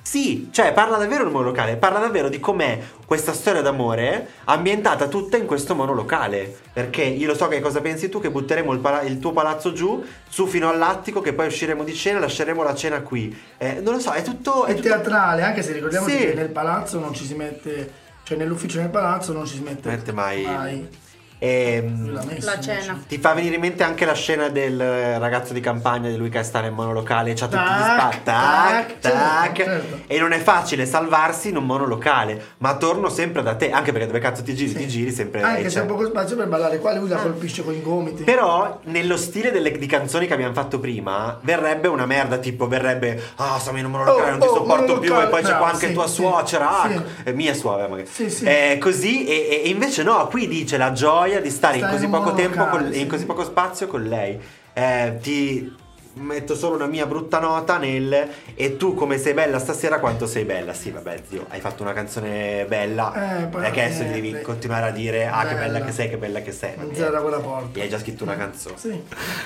S4: sì, cioè parla davvero il monolocale, parla davvero di com'è questa storia d'amore ambientata tutta in questo monolocale. Perché io lo so che cosa pensi tu, che butteremo il, pala- il tuo palazzo giù, su fino all'attico, che poi usciremo di cena e lasceremo la cena qui. Eh, non lo so, è tutto... È
S5: È
S4: tutto-
S5: teatrale, anche se ricordiamoci
S4: Sì.
S5: che nel palazzo non ci si mette, cioè nell'ufficio del palazzo non ci si mette,
S4: Mette mai-
S5: la
S4: Ehm,
S5: messa,
S6: La
S5: non ci-
S6: cena.
S4: ti fa venire in mente anche la scena del eh, ragazzo di campagna di lui che sta nel monolocale, c'ha tutti gli
S5: Tac,
S4: spazi, tac,
S5: tac,
S4: tac,
S5: certo, certo.
S4: e non è facile salvarsi in un monolocale, ma torno sempre da te, anche perché dove cazzo ti giri, ti giri sempre lei,
S5: Anche se
S4: cioè.
S5: c'è poco spazio per ballare, qua
S6: Ah.
S5: lui la colpisce con i gomiti.
S4: Però nello stile delle, di canzoni che abbiamo fatto prima verrebbe una merda, tipo verrebbe ah siamo in un monolocale,
S5: Oh,
S4: non ti
S5: oh,
S4: sopporto più e
S5: monolocale.
S4: poi c'è
S5: No,
S4: qua anche
S5: sì,
S4: tua
S5: sì,
S4: suocera, ah,
S5: sì.
S4: eh, mia suocera magari.
S5: Sì, sì.
S4: Eh, così e, e- e invece no, qui dice la gioia di stare in
S5: Stare
S4: così
S5: in un
S4: poco tempo,
S5: monolocale,
S4: col-
S5: sì.
S4: in così poco spazio con lei. Eh, ti metto solo una mia brutta nota nel e tu come sei bella stasera quanto sei bella sì vabbè zio hai fatto una canzone bella
S5: Eh, poi
S4: e che adesso
S5: niente.
S4: devi continuare a dire ah che bella
S5: Bella.
S4: che sei che bella che sei Ma
S5: Non
S4: niente.
S5: zerra quella porta. Mm.
S4: E hai già scritto una canzone.
S5: Sì.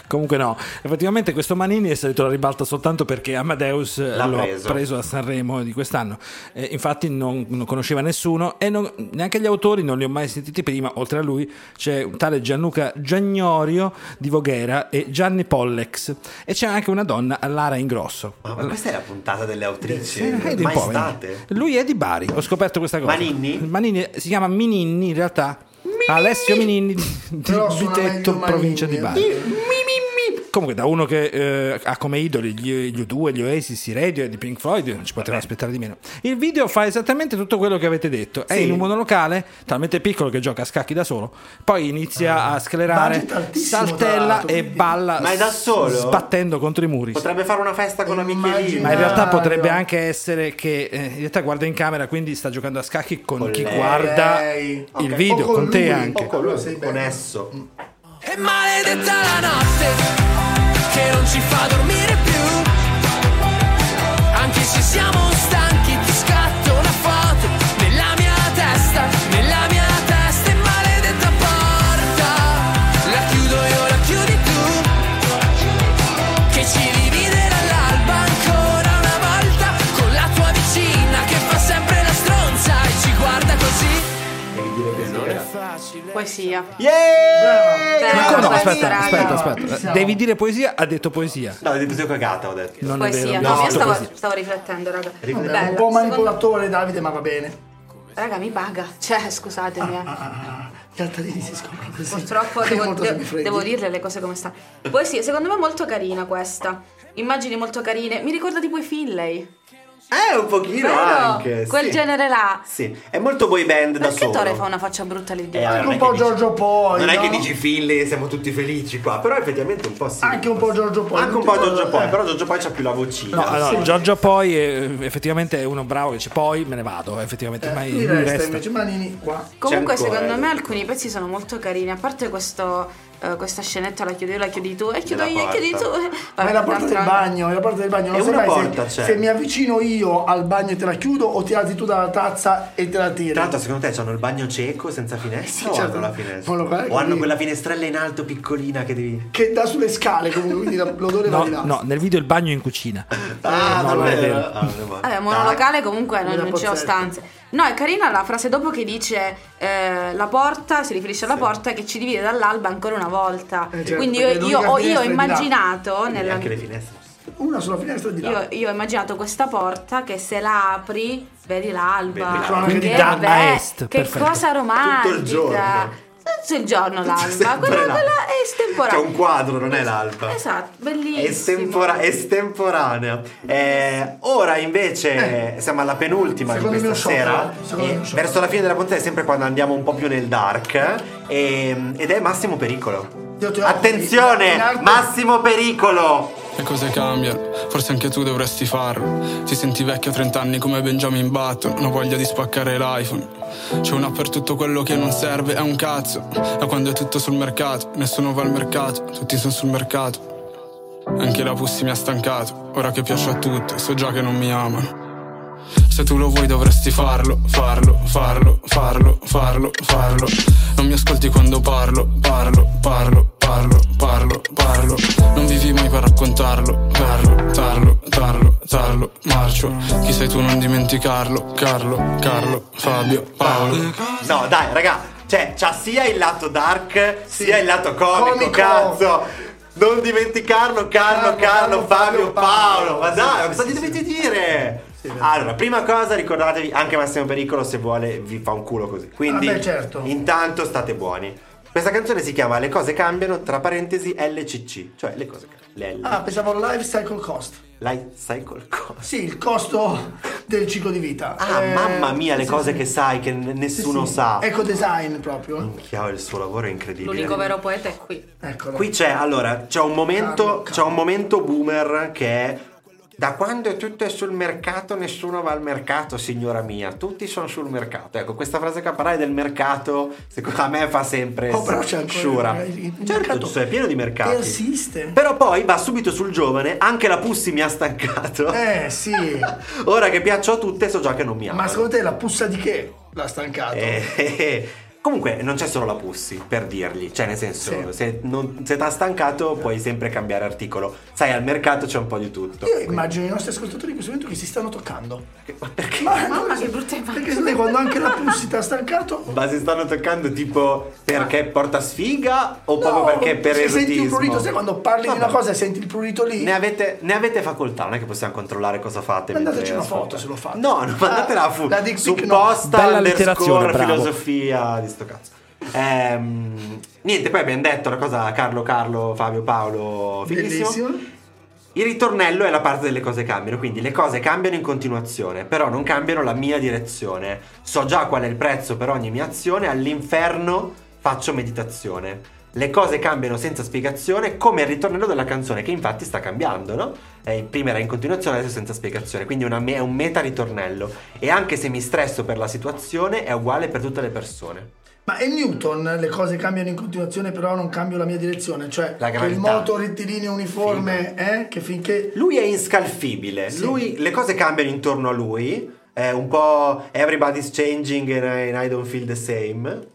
S2: Comunque no, effettivamente questo Manini è salito alla ribalta soltanto perché Amadeus eh,
S4: L'ha
S2: lo
S4: preso.
S2: ha preso a Sanremo di quest'anno. Eh, infatti non, non conosceva nessuno e non- neanche gli autori non li ho mai sentiti prima. Oltre a lui c'è un tale Gianluca Giagnorio di Voghera e Gianni Pollex. E c'è anche una donna, Lara Ingrosso.
S4: Ma, ma questa è la puntata delle autrici.
S2: Eh, di un
S4: Mai
S2: po', eh.
S4: state.
S2: Lui è di Bari, ho scoperto questa cosa.
S4: Maninni?
S2: Maninni eh, si chiama Mininni in realtà. Alessio Mininni di
S5: Però suona
S2: Bitetto,
S5: meglio
S2: provincia di
S5: Maninni, eh.
S2: Bari. Comunque, da uno che eh, ha come idoli gli, gli U2, gli Oasis, i Radio e di Pink Floyd, non ci poteva aspettare di meno. Il video fa esattamente tutto quello che avete detto. È in un monolocale talmente piccolo che gioca a scacchi da solo, poi inizia
S4: Ah.
S2: a sclerare,
S5: Budget altissimo, tra
S2: saltella
S5: l'altro,
S2: e
S5: quindi-
S2: balla
S4: Ma è da
S2: s-
S4: solo?
S2: sbattendo contro i muri.
S4: Potrebbe fare una festa con la
S2: Ma
S4: Michelina.
S5: Immagina-
S2: in realtà
S5: Ah,
S2: potrebbe
S5: no.
S2: anche essere che eh, in realtà guarda in camera, quindi sta giocando a scacchi con,
S4: Con
S2: chi
S4: lei.
S2: guarda
S5: Lei.
S2: il
S5: Ok.
S2: video,
S5: O con
S2: con te
S5: lui.
S2: anche.
S4: O con, lui,
S5: Sei Mm.
S4: con
S5: bella.
S4: esso.
S10: E
S12: è maledetta la notte che non ci fa dormire più. Anche se siamo stanchi ti scatto una foto nella mia testa, nella mia testa è maledetta porta. La chiudo io, la chiudi tu. Che ci divide dall'alba ancora una volta con la tua vicina che fa sempre la stronza e ci guarda così.
S6: Poesia.
S4: Yeah!
S2: Ma
S6: Brava,
S2: come no,
S6: questa
S2: aspetta,
S6: raga.
S2: aspetta, aspetta. Devi dire poesia, ha detto poesia.
S4: No, ho detto cagata, ho detto.
S2: Non è
S6: Poesia.
S2: vero.
S6: No,
S2: ha
S6: io
S2: detto
S6: stavo,
S2: poesia.
S6: stavo riflettendo, raga.
S5: Vabbè,
S6: Bella,
S5: un po'
S6: secondo-
S5: manipolatore Davide, ma va bene.
S6: Raga, mi paga. Cioè,
S5: Ah,
S6: scusatemi. eh.
S5: Cantarini si scoprono così.
S6: Purtroppo
S5: È
S6: devo,
S5: molto
S6: de-
S5: semifreddi.
S6: devo dirle le cose come stanno. Poi sì, secondo me è molto carina questa. Immagini molto carine. Mi ricorda tipo i Finlay.
S4: Eh, un pochino
S6: Vero?
S4: anche.
S6: Quel
S4: sì.
S6: genere là.
S4: Sì, è molto boy band da
S6: Perché
S4: solo.
S6: Tore fa una faccia brutta lì
S4: Eh,
S6: dietro?
S4: allora, non
S5: Anche un
S4: è
S5: po'
S4: che dici-
S5: Giorgio Poi.
S4: Non è che
S5: no?
S4: dici Finley, siamo tutti felici qua, però effettivamente un po' sì.
S5: Anche un po' Giorgio Poi.
S4: Anche un po' Giorgio Poi,
S5: Eh.
S4: però Giorgio Poi c'ha più la vocina.
S2: No, allora, Giorgio poi eh, effettivamente è uno bravo che dice poi me ne vado, effettivamente, ma
S5: Mi
S2: lui
S5: resta
S2: resta.
S5: invece Manini qua.
S6: Comunque,
S4: C'è ancora,
S6: secondo
S4: eh.
S6: me alcuni pezzi sono molto carini. A parte questo, eh, questa scenetta, la chiudi, io, la chiudi tu, e chiudo
S4: Nella
S6: io, e chiudi tu.
S4: porta.
S5: Ma è la porta del
S6: d'altro-
S5: bagno, è la porta del bagno. Non
S4: E
S5: sai
S4: una
S5: mai
S4: porta cioè.
S5: se,
S4: c'è.
S5: se mi avvicino io al bagno e te la chiudo o ti alzi tu dalla tazza e te la tiri.
S4: Tra l'altro, secondo te c'hanno il bagno cieco senza finestra?
S5: Sì,
S4: o
S5: certo.
S4: hanno la finestra?
S5: Ma lo guarda
S4: o hanno
S5: così.
S4: quella finestrella in alto piccolina che devi.
S5: Che dà sulle scale comunque, quindi la- l'odore va
S2: No,
S5: di là.
S2: no, nel video il bagno in cucina.
S4: Ah,
S2: no, non è vero.
S4: Ah, meno male.
S6: Vabbè, monolocale comunque non,
S5: Una
S6: non c'è
S5: pozzetta.
S6: stanze. No, è carina la frase dopo che dice eh, la porta, si riferisce alla porta che ci divide dall'alba ancora una volta.
S5: Eh, certo,
S6: Quindi io,
S5: perché
S6: io
S5: l'unica
S6: ho, io
S5: finestra
S6: ho
S5: è di là.
S6: immaginato
S4: Dai,
S6: nella-
S4: Anche le finestre.
S5: Una sulla finestra di là.
S6: io, io ho immaginato questa porta che se la apri vedi l'alba.
S4: Vedi
S5: l'alba. Quindi
S6: Che
S2: da
S6: be-
S2: a est,
S6: Che
S2: perfetto.
S6: cosa romantica.
S4: Tutto il giorno.
S6: Tutto il giorno l'alba.
S4: Sempre
S6: Quella,
S4: là.
S6: quella è
S4: C'è
S6: estemporanea.
S4: un quadro, non è l'alba.
S6: Esatto, bellissimo.
S4: Estempora- estemporanea. Eh, ora invece siamo alla penultima
S5: Eh. Secondo
S4: di
S5: me
S4: questa
S5: è un
S4: sera.
S5: shock, eh. Secondo
S4: E
S5: me è un shock.
S4: verso la fine della puntata è sempre quando andiamo un po' più nel dark. eh, e- ed è Massimo Pericolo.
S5: Io ti-
S4: Attenzione!
S5: in alto-
S4: Massimo Pericolo!
S13: Le cose cambiano, forse anche tu dovresti farlo. Ti senti vecchio a 30 anni come Benjamin Button, non ho voglia di spaccare l'iPhone. C'è un app per tutto quello che non serve, è un cazzo. Da quando è tutto sul mercato, nessuno va al mercato, tutti sono sul mercato. Anche la pussi mi ha stancato, ora che piaccio a tutti, so già che non mi amano. Se tu lo vuoi dovresti farlo, farlo, farlo, farlo, farlo, farlo. Non mi ascolti quando parlo, parlo, parlo, parlo, parlo, parlo. Non vivi mai per raccontarlo, parlo, tarlo, tarlo, tarlo, marcio. Chi sei tu non dimenticarlo, Carlo, Carlo, Fabio, Paolo.
S4: No, dai, raga, cioè, c'ha sia il lato dark, sia il lato comico,
S5: Comico.
S4: cazzo! Non dimenticarlo, Carlo, Carlo,
S5: Carlo, Carlo,
S4: Fabio,
S5: Fabio,
S4: Paolo!
S5: Paolo.
S4: Ma dai,
S5: Sì,
S4: cosa
S5: sì,
S4: gli
S5: sì.
S4: dovete dire? Allora, prima cosa ricordatevi, anche Massimo Pericolo se vuole vi fa un culo così. Quindi,
S5: Vabbè, certo.
S4: intanto state buoni. Questa canzone si chiama Le cose cambiano, tra parentesi, LCC, cioè le cose cambiano. Le L.
S5: Ah, pensavo al lifecycle cost.
S4: Life cycle cost.
S5: Sì, il costo del ciclo di vita.
S4: Ah,
S5: Eh,
S4: mamma mia, le
S5: sì,
S4: cose
S5: sì,
S4: che
S5: sì.
S4: sai, che n- nessuno
S5: Sì, Ecco. sì.
S4: sa.
S5: Eco design proprio.
S4: Minchia, il suo lavoro è incredibile.
S6: L'unico vero poeta è qui.
S5: Eccolo.
S4: Qui c'è, allora, c'è un momento,
S5: Carlo,
S4: c'è un momento boomer che è da quando tutto è sul mercato, nessuno va al mercato, signora mia. Tutti sono sul mercato. Ecco, questa frase che parlare del mercato, secondo a me fa sempre
S5: Oh, però c'è ancora
S4: sciura.
S5: il- il
S4: Certo,
S5: mercato
S4: cioè, è pieno di mercati.
S5: persiste.
S4: Però poi va subito sul giovane, anche la Pussi mi ha stancato.
S5: Eh, sì.
S4: Ora che piaccio a tutte, so già che non mi amano.
S5: Ma secondo te la pussa di che l'ha stancato?
S4: Eh, eh, eh. Comunque non c'è solo la Pussi per dirgli, cioè nel senso
S5: Sì.
S4: se, non, se t'ha stancato puoi sempre cambiare articolo, sai al mercato c'è un po' di tutto.
S5: Io immagino i nostri ascoltatori in questo momento che si stanno toccando.
S4: Ma perché?
S5: Ma
S6: Mamma,
S5: no,
S6: che brutta immagine.
S5: Perché secondo te quando anche la pussi ti ha stancato,
S4: Ma si stanno toccando tipo perché porta sfiga o proprio
S5: No,
S4: perché per
S5: se
S4: erotismo?
S5: senti il prurito, sai quando parli di
S4: Vabbè.
S5: una cosa e senti il prurito lì?
S4: Ne avete, ne avete facoltà, non è che possiamo controllare cosa fate. mentre
S5: Mandateci una foto,
S4: ascoltate.
S5: se lo fate. Ah,
S4: No, non mandatela a fu-
S5: La dick pic
S4: su
S5: no.
S4: posta
S2: Bella
S4: underscore
S2: letterazione, bravo.
S4: filosofia di sto cazzo. Ehm, niente, poi abbiamo detto la cosa Carlo, Carlo, Fabio, Paolo,
S5: Bellissimo.
S4: fighissimo. Il ritornello è la parte delle cose cambiano, quindi le cose cambiano in continuazione, però non cambiano la mia direzione. So già qual è il prezzo per ogni mia azione, all'inferno faccio meditazione. Le cose cambiano senza spiegazione, come il ritornello della canzone, che infatti sta cambiando, no? Eh, prima era in continuazione, adesso è senza spiegazione, quindi una me- è un meta ritornello. E anche se mi stresso per la situazione, è uguale per tutte le persone.
S5: Ma è Newton, le cose cambiano in continuazione, però non cambio la mia direzione, cioè
S4: La
S5: che il
S4: gravità.
S5: moto rettilineo uniforme è che finché
S4: Lui è inscalfibile, lui- le cose cambiano intorno a lui, è un po' everybody's changing and I, and I don't feel the same.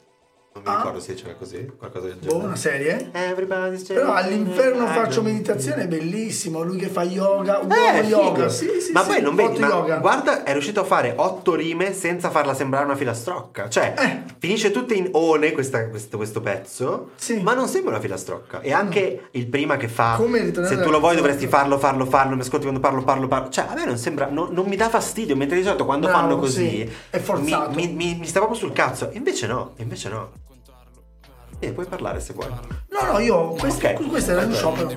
S4: Non mi ricordo se c'era così, qualcosa del genere.
S5: Ah. Boh, una serie?
S4: Everybody's
S5: Però all'inferno
S4: changing.
S5: faccio meditazione, è bellissimo, lui che fa yoga, uomo
S4: Eh, figo.
S5: yoga, sì, sì,
S4: ma
S5: sì,
S4: poi non vedi,
S5: foto
S4: ma
S5: yoga.
S4: guarda, è riuscito a fare otto rime senza farla sembrare una filastrocca. Cioè,
S5: Eh.
S4: finisce tutte in one questa- questo, questo pezzo, ma non sembra una filastrocca. E anche il prima che fa,
S5: Come il ritornello
S4: se tu
S5: della
S4: lo vuoi
S5: filastrocca.
S4: dovresti farlo, farlo, farlo, mi ascolti quando parlo, parlo, parlo. Cioè, a me non sembra, non, non mi dà fastidio, mentre di solito quando
S5: Bravo,
S4: fanno così,
S5: sì, è forzato.
S4: Mi, mi, mi- mi sta proprio sul cazzo. Invece no, invece no. E puoi parlare se vuoi.
S5: No, no, io questo,
S4: Ok.
S5: questo era uno
S4: Ok.
S5: sciopero.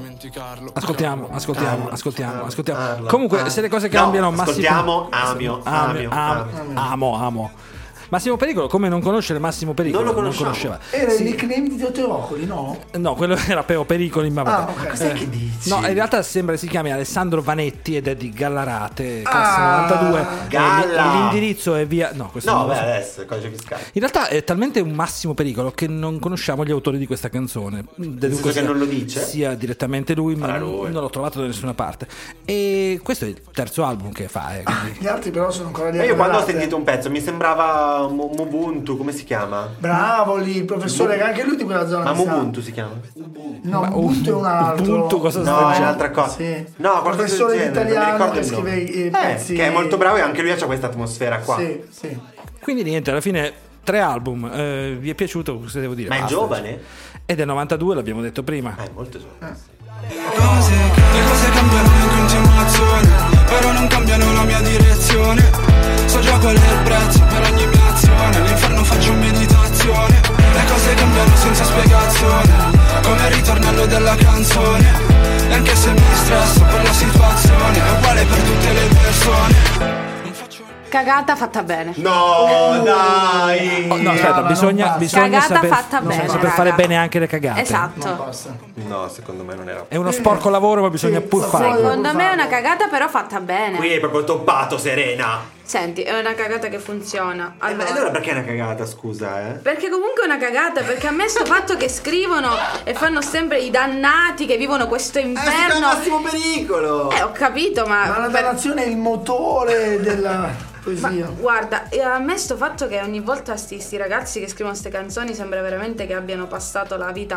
S2: Ascoltiamo, ascoltiamo, ascoltiamo, ascoltiamo.
S4: parla,
S2: Comunque,
S4: parla.
S2: se le cose
S4: No,
S2: cambiano, Massimo.
S4: ascoltiamo, amio, amio,
S2: am-
S4: amio.
S2: amo, amo. Massimo Pericolo, come non conoscere Massimo Pericolo?
S4: Non lo conosciamo.
S2: conosceva.
S5: Era il nickname di Teoteo no? Ah,
S2: No, quello era Peo Pericoli, ma vabbè.
S5: ok.
S4: Cos'è che dici?
S2: No, eh, in realtà sembra si chiami Alessandro Vanetti ed è di Gallarate, classe
S4: Ah,
S2: 92.
S4: Galla.
S2: E l- L'indirizzo è via. No, questo
S4: No,
S2: non lo
S4: beh,
S2: so.
S4: adesso, il codice fiscale.
S2: In realtà è talmente un massimo pericolo che non conosciamo gli autori di questa canzone. Deduco
S4: senso che
S2: sia-
S4: non lo dice?
S2: Sia direttamente lui, ma non l'ho trovato da nessuna parte. E questo è il terzo album che fa. eh, quindi-
S5: Gli altri però sono ancora lì.
S4: Ma io quando ho
S5: aggravate.
S4: sentito un pezzo mi sembrava Mo- Mubuntu, come si chiama?
S5: Bravo lì, il
S2: Boh.
S5: professore, che anche lui di quella zona.
S4: Ma
S5: mi sa.
S4: Mubuntu si chiama?
S5: No, un punto è un altro.
S2: punto cosa sta
S4: No, è
S2: dicendo?
S4: un'altra cosa.
S5: Sì.
S4: No, qualcosa
S5: Professore
S4: del genere, non mi
S5: d'italiano
S4: ricordo
S5: che
S4: il nome.
S5: scrive i
S4: Eh,
S5: pezzi-
S4: Che è molto bravo e anche lui ha questa atmosfera qua.
S5: Sì, sì.
S4: Ah.
S2: Quindi niente, alla fine tre album. eh, vi è piaciuto? Cosa devo dire?
S4: Ma è
S2: Basta.
S4: giovane?
S2: È del 92, l'abbiamo detto prima.
S4: Eh, molto giovane.
S10: Le cose cambiano in continuazione, però non cambiano la mia direzione. So già qual è il prezzo per ogni mia azione, all'inferno faccio meditazione. Le cose cambiano senza spiegazione, come il ritornello della canzone. E anche se mi stresso per la situazione, è uguale per tutte le persone.
S6: Cagata fatta bene.
S4: No, dai!
S2: Oh, no, aspetta, bisogna, bisogna
S6: Cagata
S2: saper,
S6: fatta bene,
S2: saper
S6: raga.
S2: fare bene anche le cagate.
S6: Esatto.
S4: No, secondo me non era.
S2: È uno sporco lavoro, ma bisogna
S5: Sì,
S2: pur
S5: sì.
S2: farlo.
S5: Sì.
S6: Secondo me è una cagata però fatta bene.
S4: Qui è proprio toppato, Serena.
S6: Senti, è una cagata che funziona.
S4: Eh, ma
S6: Allora-
S4: allora perché è una cagata, scusa, eh?
S6: Perché comunque è una cagata, perché a me sto fatto che scrivono e fanno sempre i dannati che vivono
S4: Eh,
S6: questo
S4: È
S6: inverno.
S4: massimo pericolo!
S6: Eh, ho capito,
S5: Ma
S6: ma.
S5: la
S6: per-
S5: narrazione è il motore della poesia.
S6: Guarda, eh, a me sto fatto che ogni volta sti, sti ragazzi che scrivono queste canzoni sembra veramente che abbiano passato la vita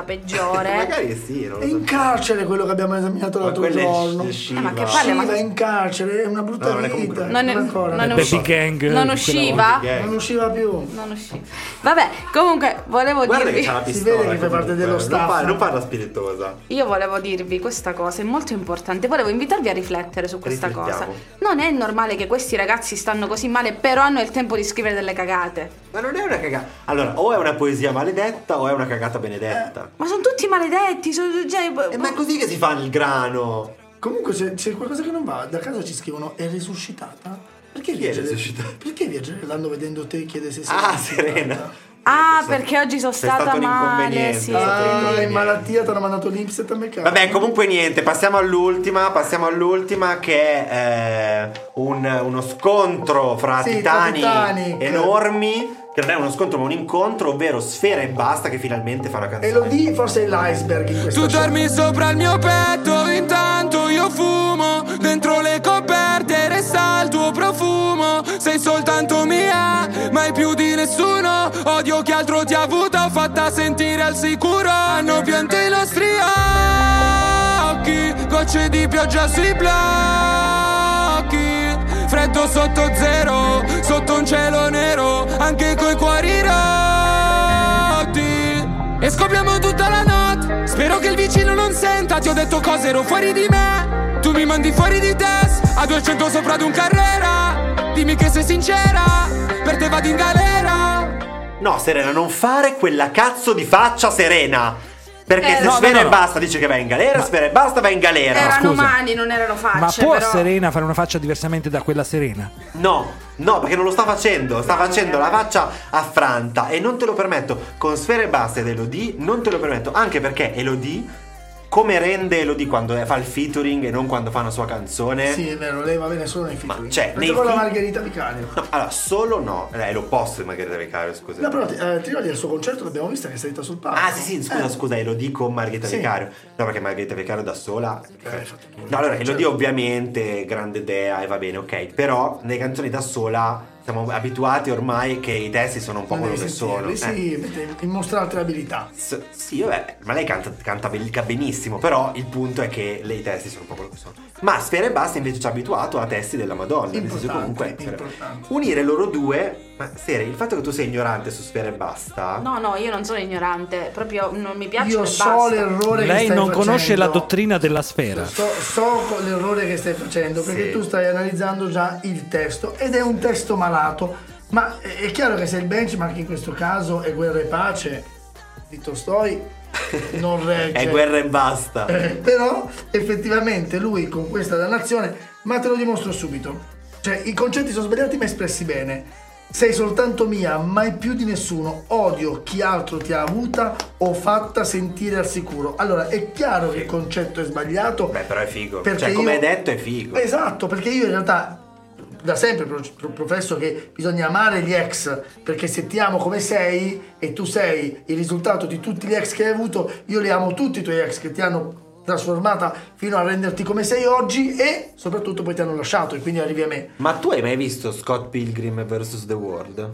S6: peggiore.
S4: Magari sì, non
S5: È
S4: lo so.
S5: in carcere quello che abbiamo esaminato
S4: Ma
S5: l'altro
S4: quella
S5: giorno.
S4: è sciva.
S6: Eh, ma che
S5: Sciva
S6: palle, ma-
S5: è in carcere, è una brutta
S4: No, non è
S5: vita.
S4: comunque-
S6: non,
S5: non ancora.
S6: non
S2: Baby
S6: usci-
S2: gang,
S6: non
S2: quella
S6: usciva.
S4: volta.
S5: Non usciva più.
S6: Non usciva. Vabbè, comunque volevo
S4: Guarda che
S6: dirvi.
S4: c'ha la
S5: Si
S4: pistola.
S5: vede che fa parte
S4: comunque.
S5: dello
S4: Non
S5: staff.
S4: parla- Non parla spiritosa.
S6: Io volevo dirvi questa cosa, è molto importante, volevo invitarvi a riflettere su questa cosa.
S4: Riflettiamo.
S6: Non è normale che questi ragazzi stanno così male, però hanno il tempo di scrivere delle cagate.
S4: Ma non è una cagata. Allora, o è una poesia maledetta o è una cagata benedetta.
S6: Ma sono tutti maledetti, sono cioè, boh,
S4: E
S5: Eh,
S4: Eh, ma è così che si fa il grano.
S5: Comunque c'è, c'è qualcosa che non va, da casa ci scrivono è risuscitata? Perché
S4: Chi è
S5: viaggiare-
S4: risuscitata?
S5: Perché viaggiare l'ando vedendo te chiede se sei
S4: Ah,
S5: risuscitata?
S4: Serena.
S6: Ah, perché oggi sono
S4: Sei
S6: stata
S4: stato un
S6: male.
S4: inconveniente.
S6: sì.
S5: Ah, in malattia ti hanno mandato l'Ipset a me caro.
S4: Vabbè, comunque niente, passiamo all'ultima, passiamo all'ultima che è eh, un- uno scontro fra
S5: Sì, tra
S4: titani
S5: Titanic.
S4: enormi. Che non è uno scontro, ma un incontro, ovvero Sfera e Basta che finalmente fa una
S5: E
S4: canzone.
S5: lo di forse è l'iceberg in
S10: Tu
S5: questa scena.
S10: dormi sopra il mio petto, intanto io fumo Dentro le coperte resta il tuo profumo Sei soltanto mia, mai più di nessuno Odio che altro ti ha avuto, ho fatta sentire al sicuro Hanno pianto i nostri occhi Gocce di pioggia sui blocchi Freddo sotto zero, sotto un cielo nero Anche coi cuori rotti e scopriamo tutta la notte Spero che il vicino non senta Ti ho detto cose, ero fuori di me Tu mi mandi fuori di test A 200 sopra ad un carrera Dimmi che sei sincera Per te vado in galera
S4: No, Serena, non fare quella cazzo di faccia serena. Perché
S6: Eh,
S4: se
S6: no,
S4: Sfera
S2: no, no,
S4: e
S2: no.
S4: Basta dice che va in galera, Sfera e Basta va in galera.
S6: erano
S2: scusa.
S6: mani, non erano facce.
S2: Ma può
S6: però...
S2: Serena fare una faccia diversamente da quella Serena?
S4: No, no, perché non lo sta facendo, sta facendo la faccia affranta e non te lo permetto. Con Sfera e Basta ed Elodie non te lo permetto, anche perché Elodie come rende Elodie quando fa il featuring e non quando fa una sua canzone?
S5: Sì, è vero, lei va bene solo nei featuring.
S4: Ma cioè,
S5: Perché
S4: nei
S5: con la
S4: fi-
S5: Margherita Vicario.
S4: No, allora, solo no. Eh, è l'opposto di Margherita Vicario, scusa.
S5: No, però eh, Tiroli al suo concerto l'abbiamo vista che è salita sul palco.
S4: Ah, sì, sì, scusa,
S5: Eh,
S4: scusa, Elodie con Margherita
S5: Sì. Eh,
S4: Vicario. No, perché Margherita Vicario da sola. cioè, No,
S5: cioè
S4: allora, Elodie ovviamente, grande idea e va bene, ok. Però le canzoni da sola siamo abituati ormai che i testi sono un po'
S5: non
S4: quello
S5: devi
S4: che sono.
S5: sentirli,
S4: eh.
S5: Sì, mette- mostra altre abilità.
S4: S- sì, vabbè, ma lei canta, canta ben- benissimo, però il punto è che le- i testi sono un po' quello che sono. Ma Sfera e Basta invece ci ha abituato a testi della Madonna. nel senso
S5: Importante,
S4: comunque, cioè,
S5: importante.
S4: unire loro due. Ma Sere, il fatto che tu sei ignorante su Sfera e Basta.
S6: No, no, io non sono ignorante, proprio non mi piace.
S5: Io so l'errore che
S2: Lei
S5: stai
S2: non conosce
S5: facendo.
S2: la dottrina della sfera.
S5: So, so con l'errore che stai facendo perché
S4: Sì.
S5: tu stai analizzando già il testo ed è un testo malato. Ma eh, è è chiaro che se il benchmark in questo caso è guerra e pace di Tolstoi, non regge.
S4: È guerra e basta.
S5: Eh, però effettivamente lui con questa dannazione, ma te lo dimostro subito. Cioè, i concetti sono sbagliati ma espressi bene. Sei soltanto mia, mai più di nessuno. Odio chi altro ti ha avuta o fatta sentire al sicuro. Allora, è chiaro che il concetto è sbagliato.
S4: Beh, però è figo.
S5: Perché
S4: cioè, come
S5: io-
S4: hai detto, è figo.
S5: Esatto, perché io in realtà da sempre pro- pro- professo che bisogna amare gli ex, perché se ti amo come sei e tu sei il risultato di tutti gli ex che hai avuto, io li amo tutti i tuoi ex che ti hanno trasformata fino a renderti come sei oggi e soprattutto poi ti hanno lasciato e quindi arrivi a me.
S4: Ma tu hai mai visto Scott Pilgrim vs. The World?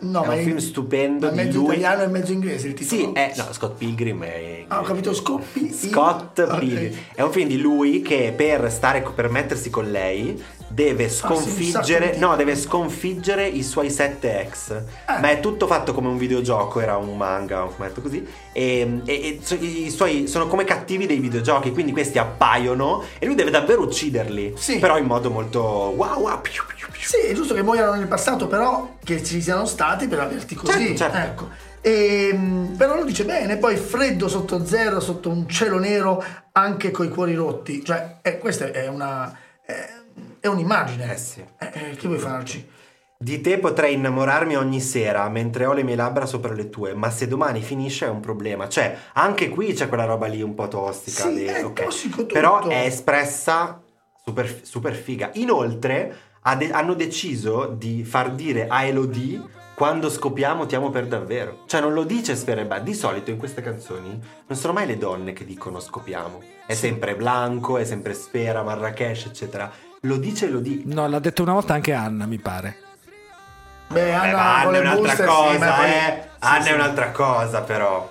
S5: No,
S4: è
S5: ma
S4: un
S5: è-
S4: film stupendo
S5: ma è
S4: di
S5: mezzo
S4: lui.
S5: italiano e mezzo inglese il titolo.
S4: Sì, è, no, Scott Pilgrim è
S5: Ah, ho capito, scoppi.
S4: Scott
S5: Ok.
S4: Pilgrim. È un film di lui che per stare per mettersi con lei deve
S5: sacco di
S4: sconfiggere
S5: tempo.
S4: no, deve sconfiggere i suoi sette ex.
S5: Eh.
S4: Ma è tutto fatto come un videogioco, era un manga, un fumetto così e, e- e so- i suoi sono come cattivi dei videogiochi, quindi questi appaiono e lui deve davvero ucciderli,
S5: Sì.
S4: però in modo molto wow wow. piu, piu, piu.
S5: Sì, è giusto che muoiano nel passato, però che ci siano stati per averti
S4: Certo,
S5: così.
S4: certo.
S5: Ecco. Ehm, però lo dice bene, poi freddo sotto zero, sotto un cielo nero, anche coi cuori rotti. Cioè, eh, questa è una. è- è un'immagine.
S4: Eh sì.
S5: Eh, eh, che vuoi farci?
S4: Di te potrei innamorarmi ogni sera mentre ho le mie labbra sopra le tue, ma se domani finisce è un problema. Cioè, anche qui c'è quella roba lì un po' tossica.
S5: Sì,
S4: di-
S5: è
S4: ok.
S5: tossico tutto.
S4: Però è espressa super, super figa. Inoltre, ha de- hanno deciso di far dire a Elodie quando scopiamo ti amo per davvero. Cioè, non lo dice Sfera e Ba- Di solito in queste canzoni non sono mai le donne che dicono scopiamo. È sempre Blanco, è sempre Sfera, Marrakesh, eccetera. Lo dice Elodie.
S2: No, l'ha detto una volta anche Anna, mi pare.
S5: Beh,
S4: Eh,
S5: Anna,
S4: ma Anna
S5: con
S4: è
S5: le
S4: un'altra
S5: booster, sì,
S4: cosa,
S5: ma poi-
S4: eh.
S5: sì,
S4: Anna
S5: sì.
S4: è un'altra cosa, però.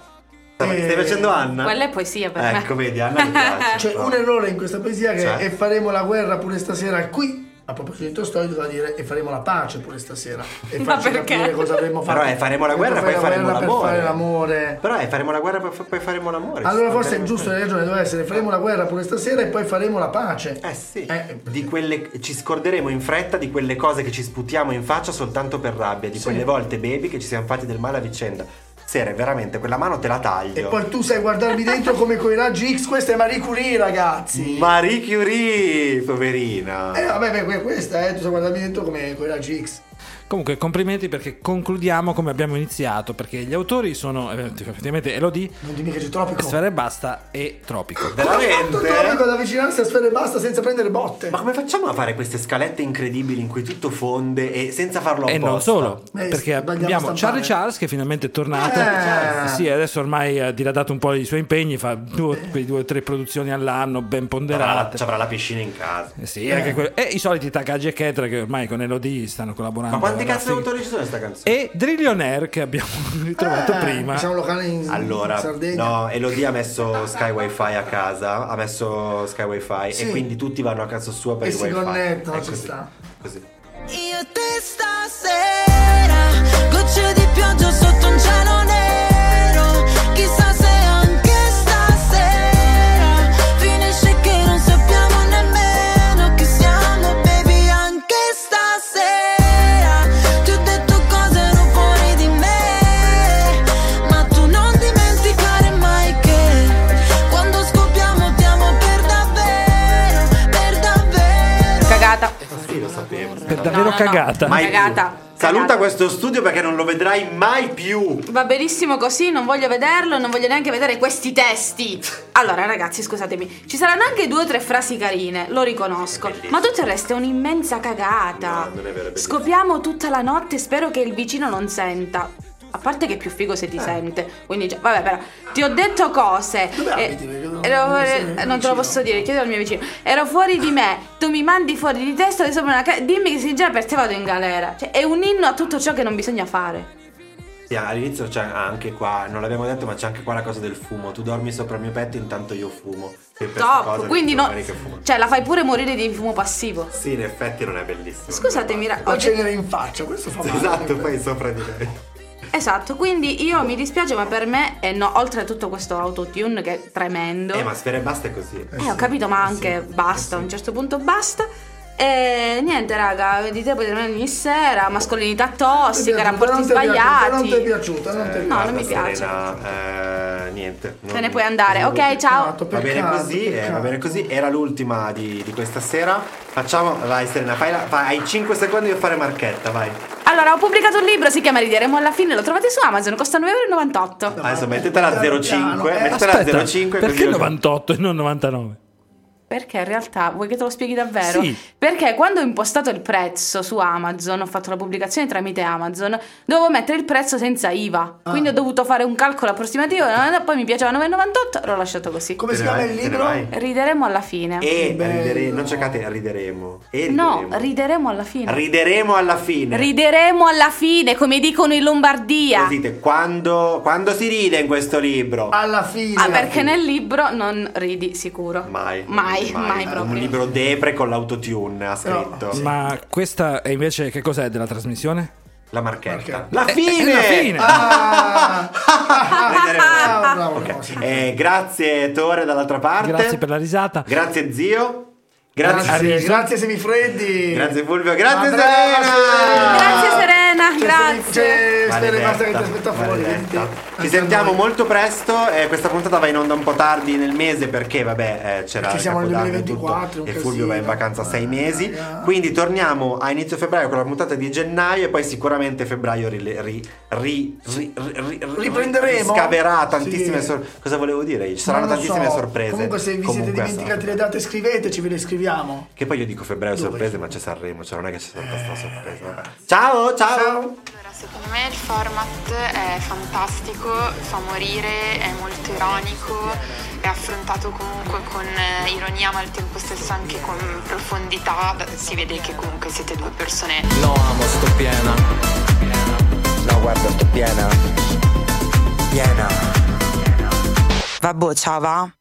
S4: Stai,
S5: Eh,
S4: stai facendo Anna?
S6: Quella è poesia per
S4: Ecco,
S6: me.
S4: vedi, Anna mi piace.
S5: C'è
S4: però.
S5: un errore in questa poesia che
S4: Cioè?
S5: è e faremo la guerra pure stasera qui. A proposito di Tolstoi doveva dire e faremo la pace pure stasera. E
S6: Ma
S5: farci
S6: perché?
S5: capire cosa avremmo fatto.
S4: Però è faremo la
S5: Perché
S4: guerra, poi
S5: fai la
S4: faremo
S5: guerra per
S4: l'amore.
S5: fare l'amore.
S4: Però eh, faremo la guerra, poi poi faremo l'amore.
S5: Allora
S4: Sì,
S5: forse è
S4: faremo-
S5: giusto, hai ragione, doveva essere faremo la guerra pure stasera e poi faremo la pace.
S4: Eh sì,
S5: Eh,
S4: di quelle, ci scorderemo in fretta di quelle cose che ci sputiamo in faccia soltanto per rabbia, di quelle volte, baby, che ci siamo fatti del male a vicenda. Sere, veramente, quella mano te la taglio.
S5: E poi tu sai guardarmi dentro come coi raggi X, questa è Marie Curie
S4: Mm.
S5: ragazzi.
S4: Marie Curie, poverina.
S5: Eh vabbè, beh, que- questa eh, tu sai guardarmi dentro come coi raggi X.
S2: Comunque, complimenti perché concludiamo come abbiamo iniziato, perché gli autori sono eh, effettivamente Elodie,
S5: Non dimmi che c'è tropico.
S2: Sfera e Basta e Tropico.
S5: Come ha fatto
S4: Veramente?
S5: tropico ad avvicinarsi a sfere e basta senza prendere botte?
S4: Ma come facciamo a fare queste scalette incredibili in cui tutto fonde e senza farlo
S2: E
S4: apposta?
S2: non solo,
S5: Eh,
S2: perché
S5: sbagliamo
S2: abbiamo
S5: stampare.
S2: Charlie Charles che finalmente è tornato.
S5: Eh.
S2: Sì, adesso ormai ha diradato un po' i suoi impegni, fa due, quei due o tre produzioni all'anno ben
S4: Avrà la-
S2: ponderate.
S4: Ci avrà la piscina in casa.
S2: Eh sì, anche quello. E i soliti taggaggi e Ketra che ormai con Elodie stanno collaborando.
S4: Ma quanti
S2: alla
S4: cazzo di
S2: sigla.
S4: autori ci sono in sta canzone?
S2: E Drillionaire che abbiamo ritrovato
S5: Eh,
S2: prima.
S5: C'è un locale in
S4: Allora,
S5: Sardegna.
S4: no, Elodie ha messo Sky Wi-Fi a casa, ha messo Sky Wi-Fi
S5: Sì.
S4: e quindi tutti vanno a cazzo sua per
S5: E
S4: il
S5: si
S4: Wi-Fi.
S5: connettono,
S4: È
S5: ci
S4: così,
S5: sta.
S4: Così.
S8: Io te stasera, gocce di pioggia sotto un cielo nero. Chissà se anche stasera finisce che non sappiamo nemmeno che siamo, baby. Anche stasera ti ho detto cose non fuori di me. Ma tu non dimenticare mai che quando scoppiamo ti amo per davvero, per davvero.
S6: Cagata.
S4: Ma sì, lo sapevo.
S2: Per davvero
S6: no,
S2: cagata.
S6: Mai cagata.
S4: Saluta questo studio perché non lo vedrai mai più.
S6: Va benissimo così, non voglio vederlo, non voglio neanche vedere questi testi. Allora, ragazzi, scusatemi, ci saranno anche due o tre frasi carine, lo riconosco, ma tutto il resto è un'immensa cagata.
S4: Non è vero.
S6: Scopiamo tutta la notte, spero che il vicino non senta. A parte che è più figo se
S4: Eh.
S6: ti sente, quindi già- vabbè, però ti ho detto cose. Eh, ero- eh, non te lo posso dire, chiedo al mio vicino. Ero fuori di me, tu mi mandi fuori di testa, adesso apri una ca- dimmi che se già per te vado in galera. Cioè, è un inno a tutto ciò che non bisogna fare.
S4: Sì, all'inizio c'è anche qua, non l'abbiamo detto, ma c'è anche qua la cosa del fumo. Tu dormi sopra il mio petto intanto io fumo. Che per sta cosa
S6: Top,
S4: di
S6: quindi no.
S4: giovani che fumano.
S6: Cioè, la fai pure morire di fumo passivo.
S4: Sì, in effetti non è bellissimo.
S6: Scusatemi, ra-
S5: A
S6: oggi-
S5: cenere in faccia, questo fa male.
S4: Esatto, poi sopra di lei.
S6: Esatto, quindi io mi dispiace, ma per me, eh no, oltre a tutto questo autotune che è tremendo.
S4: Eh, ma sfera e basta è così.
S6: Eh, ho capito, ma anche basta, a un certo punto basta. E niente, raga, vedete poi ogni sera, mascolinità tossica, rapporti
S5: Non ti è piaciuta, non ti è
S6: sbagliati.
S4: Eh,
S5: piaciuta.
S6: no,
S4: guarda,
S6: non mi piace.
S4: Serena, eh, niente.
S6: Te
S4: non-
S6: ne puoi andare. Ok, ciao.
S5: Peccato,
S4: Va bene
S5: peccato,
S4: così, eh,
S5: peccato.
S4: va bene così. Era l'ultima di, di questa sera. Facciamo, vai Serena, fai, la, fai- hai 5 secondi per fare marchetta, vai.
S6: Allora, ho pubblicato un libro, si chiama Rideremo alla fine, lo trovate su Amazon, costa 9,98
S4: Adesso mettetela a 0,5,
S5: eh.
S4: mettetela a
S2: Aspetta,
S4: 0,5
S2: perché
S4: così-
S2: 98 e non 99?
S6: Perché in realtà, vuoi che te lo spieghi davvero?
S2: Sì.
S6: Perché quando ho impostato il prezzo su Amazon, ho fatto la pubblicazione tramite Amazon, dovevo mettere il prezzo senza IVA.
S4: Ah.
S6: Quindi ho dovuto fare un calcolo approssimativo, eh, poi mi piaceva 9,98, l'ho lasciato così.
S5: Come si
S4: Te ne
S5: chiama
S4: vai,
S5: il
S4: te ne
S5: libro?
S4: vai.
S6: Rideremo alla fine.
S4: E
S5: Bello.
S4: ridere- non cercate, rideremo. E
S6: No,
S4: rideremo.
S6: rideremo alla fine.
S4: rideremo alla fine.
S6: Rideremo alla fine, come dicono in Lombardia.
S4: Dite, quando, quando si ride in questo libro?
S5: Alla fine.
S6: Ah, perché nel libro non ridi sicuro.
S4: Mai,
S6: Mai, mai
S4: Un
S6: proprio.
S4: libro depre con l'autotune ha scritto.
S2: Ma questa è invece che cos'è della trasmissione?
S4: La marchetta.
S5: Perché?
S4: La fine!
S2: È la fine.
S5: Ah,
S4: Rideremo.
S5: bravo,
S6: Ah,
S5: bravo,
S4: Ok,
S5: bravo, sì.
S4: eh, grazie Tore dall'altra parte.
S2: Grazie per la risata.
S4: Grazie zio. Grazie,
S5: Grazie,
S2: Arriso.
S5: grazie Semifreddi.
S4: grazie Fulvio. Grazie
S5: Andrea,
S4: Serena.
S6: Grazie Serena,
S5: C'è
S6: grazie.
S5: Semi- C'è Stelle
S4: Maledetta,
S5: Basta che ti aspetta fuori.
S4: maledetta.
S5: vedi?
S4: Ci
S5: Anche
S4: sentiamo
S5: noi.
S4: molto presto. eh, questa puntata va in onda un po' tardi nel mese perché, vabbè, eh, c'era
S5: Perché
S4: il
S5: siamo nel
S4: Capodanno e
S5: 2024,
S4: tutto,
S5: un
S4: e Fulvio va in
S5: casino.
S4: vacanza sei
S5: Eh,
S4: mesi.
S5: raga.
S4: Quindi torniamo a inizio febbraio con la puntata di gennaio e poi sicuramente febbraio rile- ri- ri- ri- ri- ri-
S5: Riprenderemo?
S4: Scaverà tantissime
S5: Sì.
S4: sorprese. Cosa volevo dire? Ci
S5: Non
S4: saranno
S5: lo
S4: tantissime
S5: so.
S4: sorprese.
S5: Comunque, se vi siete
S4: Comunque,
S5: dimenticati
S4: sarà-
S5: le date, scriveteci, ve le scriviamo.
S4: Che poi io dico febbraio
S5: Dove? Eh,
S4: sorprese, ma c'è Sanremo, cioè non è che c'è stata sta sorpresa. vabbè. Ciao, ciao.
S14: Allora, secondo me il format è fantastico, fa morire, è molto ironico, è affrontato comunque con eh, ironia ma al tempo stesso anche con profondità, si vede che comunque siete due persone
S12: Lo amo, sto piena.
S3: No, guarda, sto piena. Piena.
S14: Vabbè, ciao va.